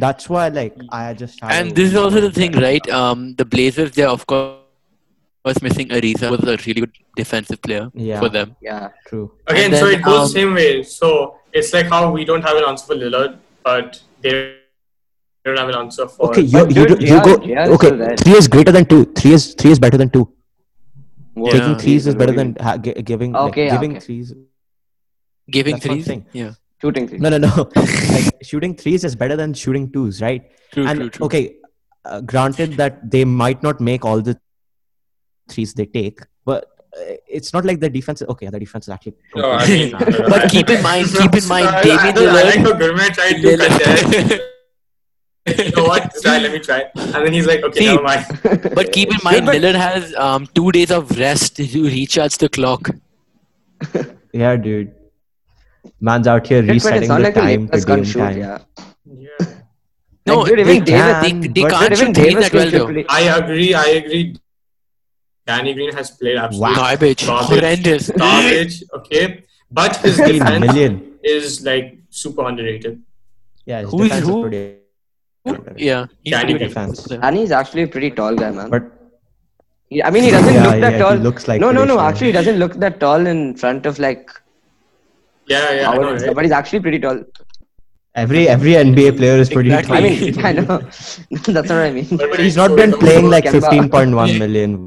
[SPEAKER 5] That's why, like, I just had
[SPEAKER 1] And
[SPEAKER 5] a-
[SPEAKER 1] this is also the thing, right? Um, the Blazers, they're of course missing Ariza, was a really good defensive player
[SPEAKER 5] Yeah,
[SPEAKER 1] for them.
[SPEAKER 6] yeah.
[SPEAKER 5] true.
[SPEAKER 2] again.
[SPEAKER 1] And
[SPEAKER 2] so
[SPEAKER 1] then,
[SPEAKER 2] it goes
[SPEAKER 1] um,
[SPEAKER 2] the same way. So it's like how we don't have an answer for Lillard, but they don't have an answer for.
[SPEAKER 5] Okay, you you, do,
[SPEAKER 6] dude,
[SPEAKER 5] you
[SPEAKER 6] yeah,
[SPEAKER 5] go.
[SPEAKER 6] yeah, it's
[SPEAKER 5] okay,
[SPEAKER 6] still there.
[SPEAKER 5] three is greater than two. Three is three is better than two.
[SPEAKER 6] Whoa,
[SPEAKER 1] Yeah.
[SPEAKER 5] Taking threes is
[SPEAKER 6] Jesus,
[SPEAKER 5] better
[SPEAKER 6] what do you
[SPEAKER 5] than ha- gi- giving. like,
[SPEAKER 6] Okay, yeah,
[SPEAKER 5] giving
[SPEAKER 6] okay.
[SPEAKER 5] threes.
[SPEAKER 1] Giving
[SPEAKER 5] That's one
[SPEAKER 1] threes.
[SPEAKER 5] thing.
[SPEAKER 1] Yeah.
[SPEAKER 6] mean? shooting threes.
[SPEAKER 5] No, no, no. <laughs> like shooting threes is better than shooting twos, right?
[SPEAKER 1] True,
[SPEAKER 5] and
[SPEAKER 1] true, true. <laughs>
[SPEAKER 5] okay, uh, granted that they might not make all the threes they take, but uh, it's not like the defense. Okay, the defense is actually.
[SPEAKER 2] No, I mean,
[SPEAKER 1] <laughs>
[SPEAKER 5] <laughs>
[SPEAKER 1] But keep in
[SPEAKER 2] <laughs>
[SPEAKER 1] mind- keep in mind,
[SPEAKER 2] I,
[SPEAKER 1] David
[SPEAKER 2] I, know, I
[SPEAKER 1] Lillard-
[SPEAKER 2] like how Gurmit
[SPEAKER 1] <laughs>
[SPEAKER 2] tried to contest. You know what? This guy, let me try. And then he's like, okay,
[SPEAKER 1] See,
[SPEAKER 2] never mind.
[SPEAKER 1] but keep in mind, Miller has um, two days of rest to recharge the clock.
[SPEAKER 8] Yeah, dude. Man's out here
[SPEAKER 6] Shit, but
[SPEAKER 8] resetting
[SPEAKER 6] it's not
[SPEAKER 8] the
[SPEAKER 6] like the
[SPEAKER 8] time to
[SPEAKER 6] Lakers can't
[SPEAKER 8] game
[SPEAKER 6] shoot.
[SPEAKER 8] time.
[SPEAKER 6] Yeah.
[SPEAKER 2] Yeah.
[SPEAKER 1] No,
[SPEAKER 6] Like, dude, even
[SPEAKER 1] they,
[SPEAKER 6] Davis-
[SPEAKER 1] they, they
[SPEAKER 8] but
[SPEAKER 1] can't
[SPEAKER 6] even
[SPEAKER 1] shoot threes
[SPEAKER 6] Davis
[SPEAKER 1] that well
[SPEAKER 6] can shoot
[SPEAKER 1] though.
[SPEAKER 6] pretty-
[SPEAKER 2] I agree. I agree. Danny Green has played absolutely
[SPEAKER 1] Garbage, horrendous.
[SPEAKER 2] <laughs> garbage. Okay, but
[SPEAKER 1] <laughs>
[SPEAKER 2] his
[SPEAKER 8] 15
[SPEAKER 2] defense
[SPEAKER 8] million.
[SPEAKER 2] is like super underrated.
[SPEAKER 8] Yeah, his
[SPEAKER 1] Who is
[SPEAKER 8] defense
[SPEAKER 1] who?
[SPEAKER 8] pretty underrated.
[SPEAKER 1] <laughs> Yeah, he's
[SPEAKER 2] Danny
[SPEAKER 1] pretty
[SPEAKER 8] Green.
[SPEAKER 1] good.
[SPEAKER 6] And he's actually a pretty tall guy, man.
[SPEAKER 8] But
[SPEAKER 6] He- I mean, he doesn't
[SPEAKER 8] yeah,
[SPEAKER 6] look that
[SPEAKER 8] yeah,
[SPEAKER 6] tall.
[SPEAKER 8] he looks like
[SPEAKER 6] no, no, no.
[SPEAKER 8] traditional.
[SPEAKER 6] Actually, he doesn't look that tall in front of like
[SPEAKER 2] Yeah, yeah. I
[SPEAKER 6] Howard
[SPEAKER 2] know,
[SPEAKER 6] and
[SPEAKER 2] right?
[SPEAKER 6] stuff, but he's actually pretty tall.
[SPEAKER 8] every every NBA player is pretty
[SPEAKER 1] Exactly.
[SPEAKER 6] I
[SPEAKER 8] tall.
[SPEAKER 6] mean, <laughs> I know. That's what I mean.
[SPEAKER 2] But
[SPEAKER 5] He's
[SPEAKER 2] like,
[SPEAKER 5] not
[SPEAKER 2] so
[SPEAKER 5] been
[SPEAKER 2] it's a-
[SPEAKER 5] playing like
[SPEAKER 6] Kemba.
[SPEAKER 5] 15.1 million.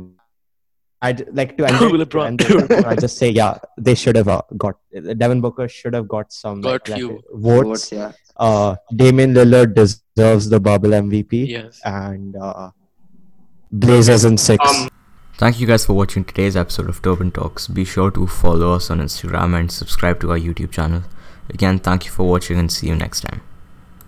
[SPEAKER 5] I'd like to end it,
[SPEAKER 1] LeBron.
[SPEAKER 5] end it. I just say, yeah, they should have uh, got Devin Booker should have got some
[SPEAKER 1] Got
[SPEAKER 5] like,
[SPEAKER 1] few
[SPEAKER 5] votes.
[SPEAKER 6] Votes, yeah.
[SPEAKER 5] Uh, Damian Lillard deserves the bubble MVP,
[SPEAKER 1] Yes.
[SPEAKER 5] and uh, Blazers in six.
[SPEAKER 2] Um,
[SPEAKER 4] Thank you guys for watching today's episode of Tobin Talks. Be sure to follow us on Instagram and subscribe to our YouTube channel. Again, thank you for watching and see you next time.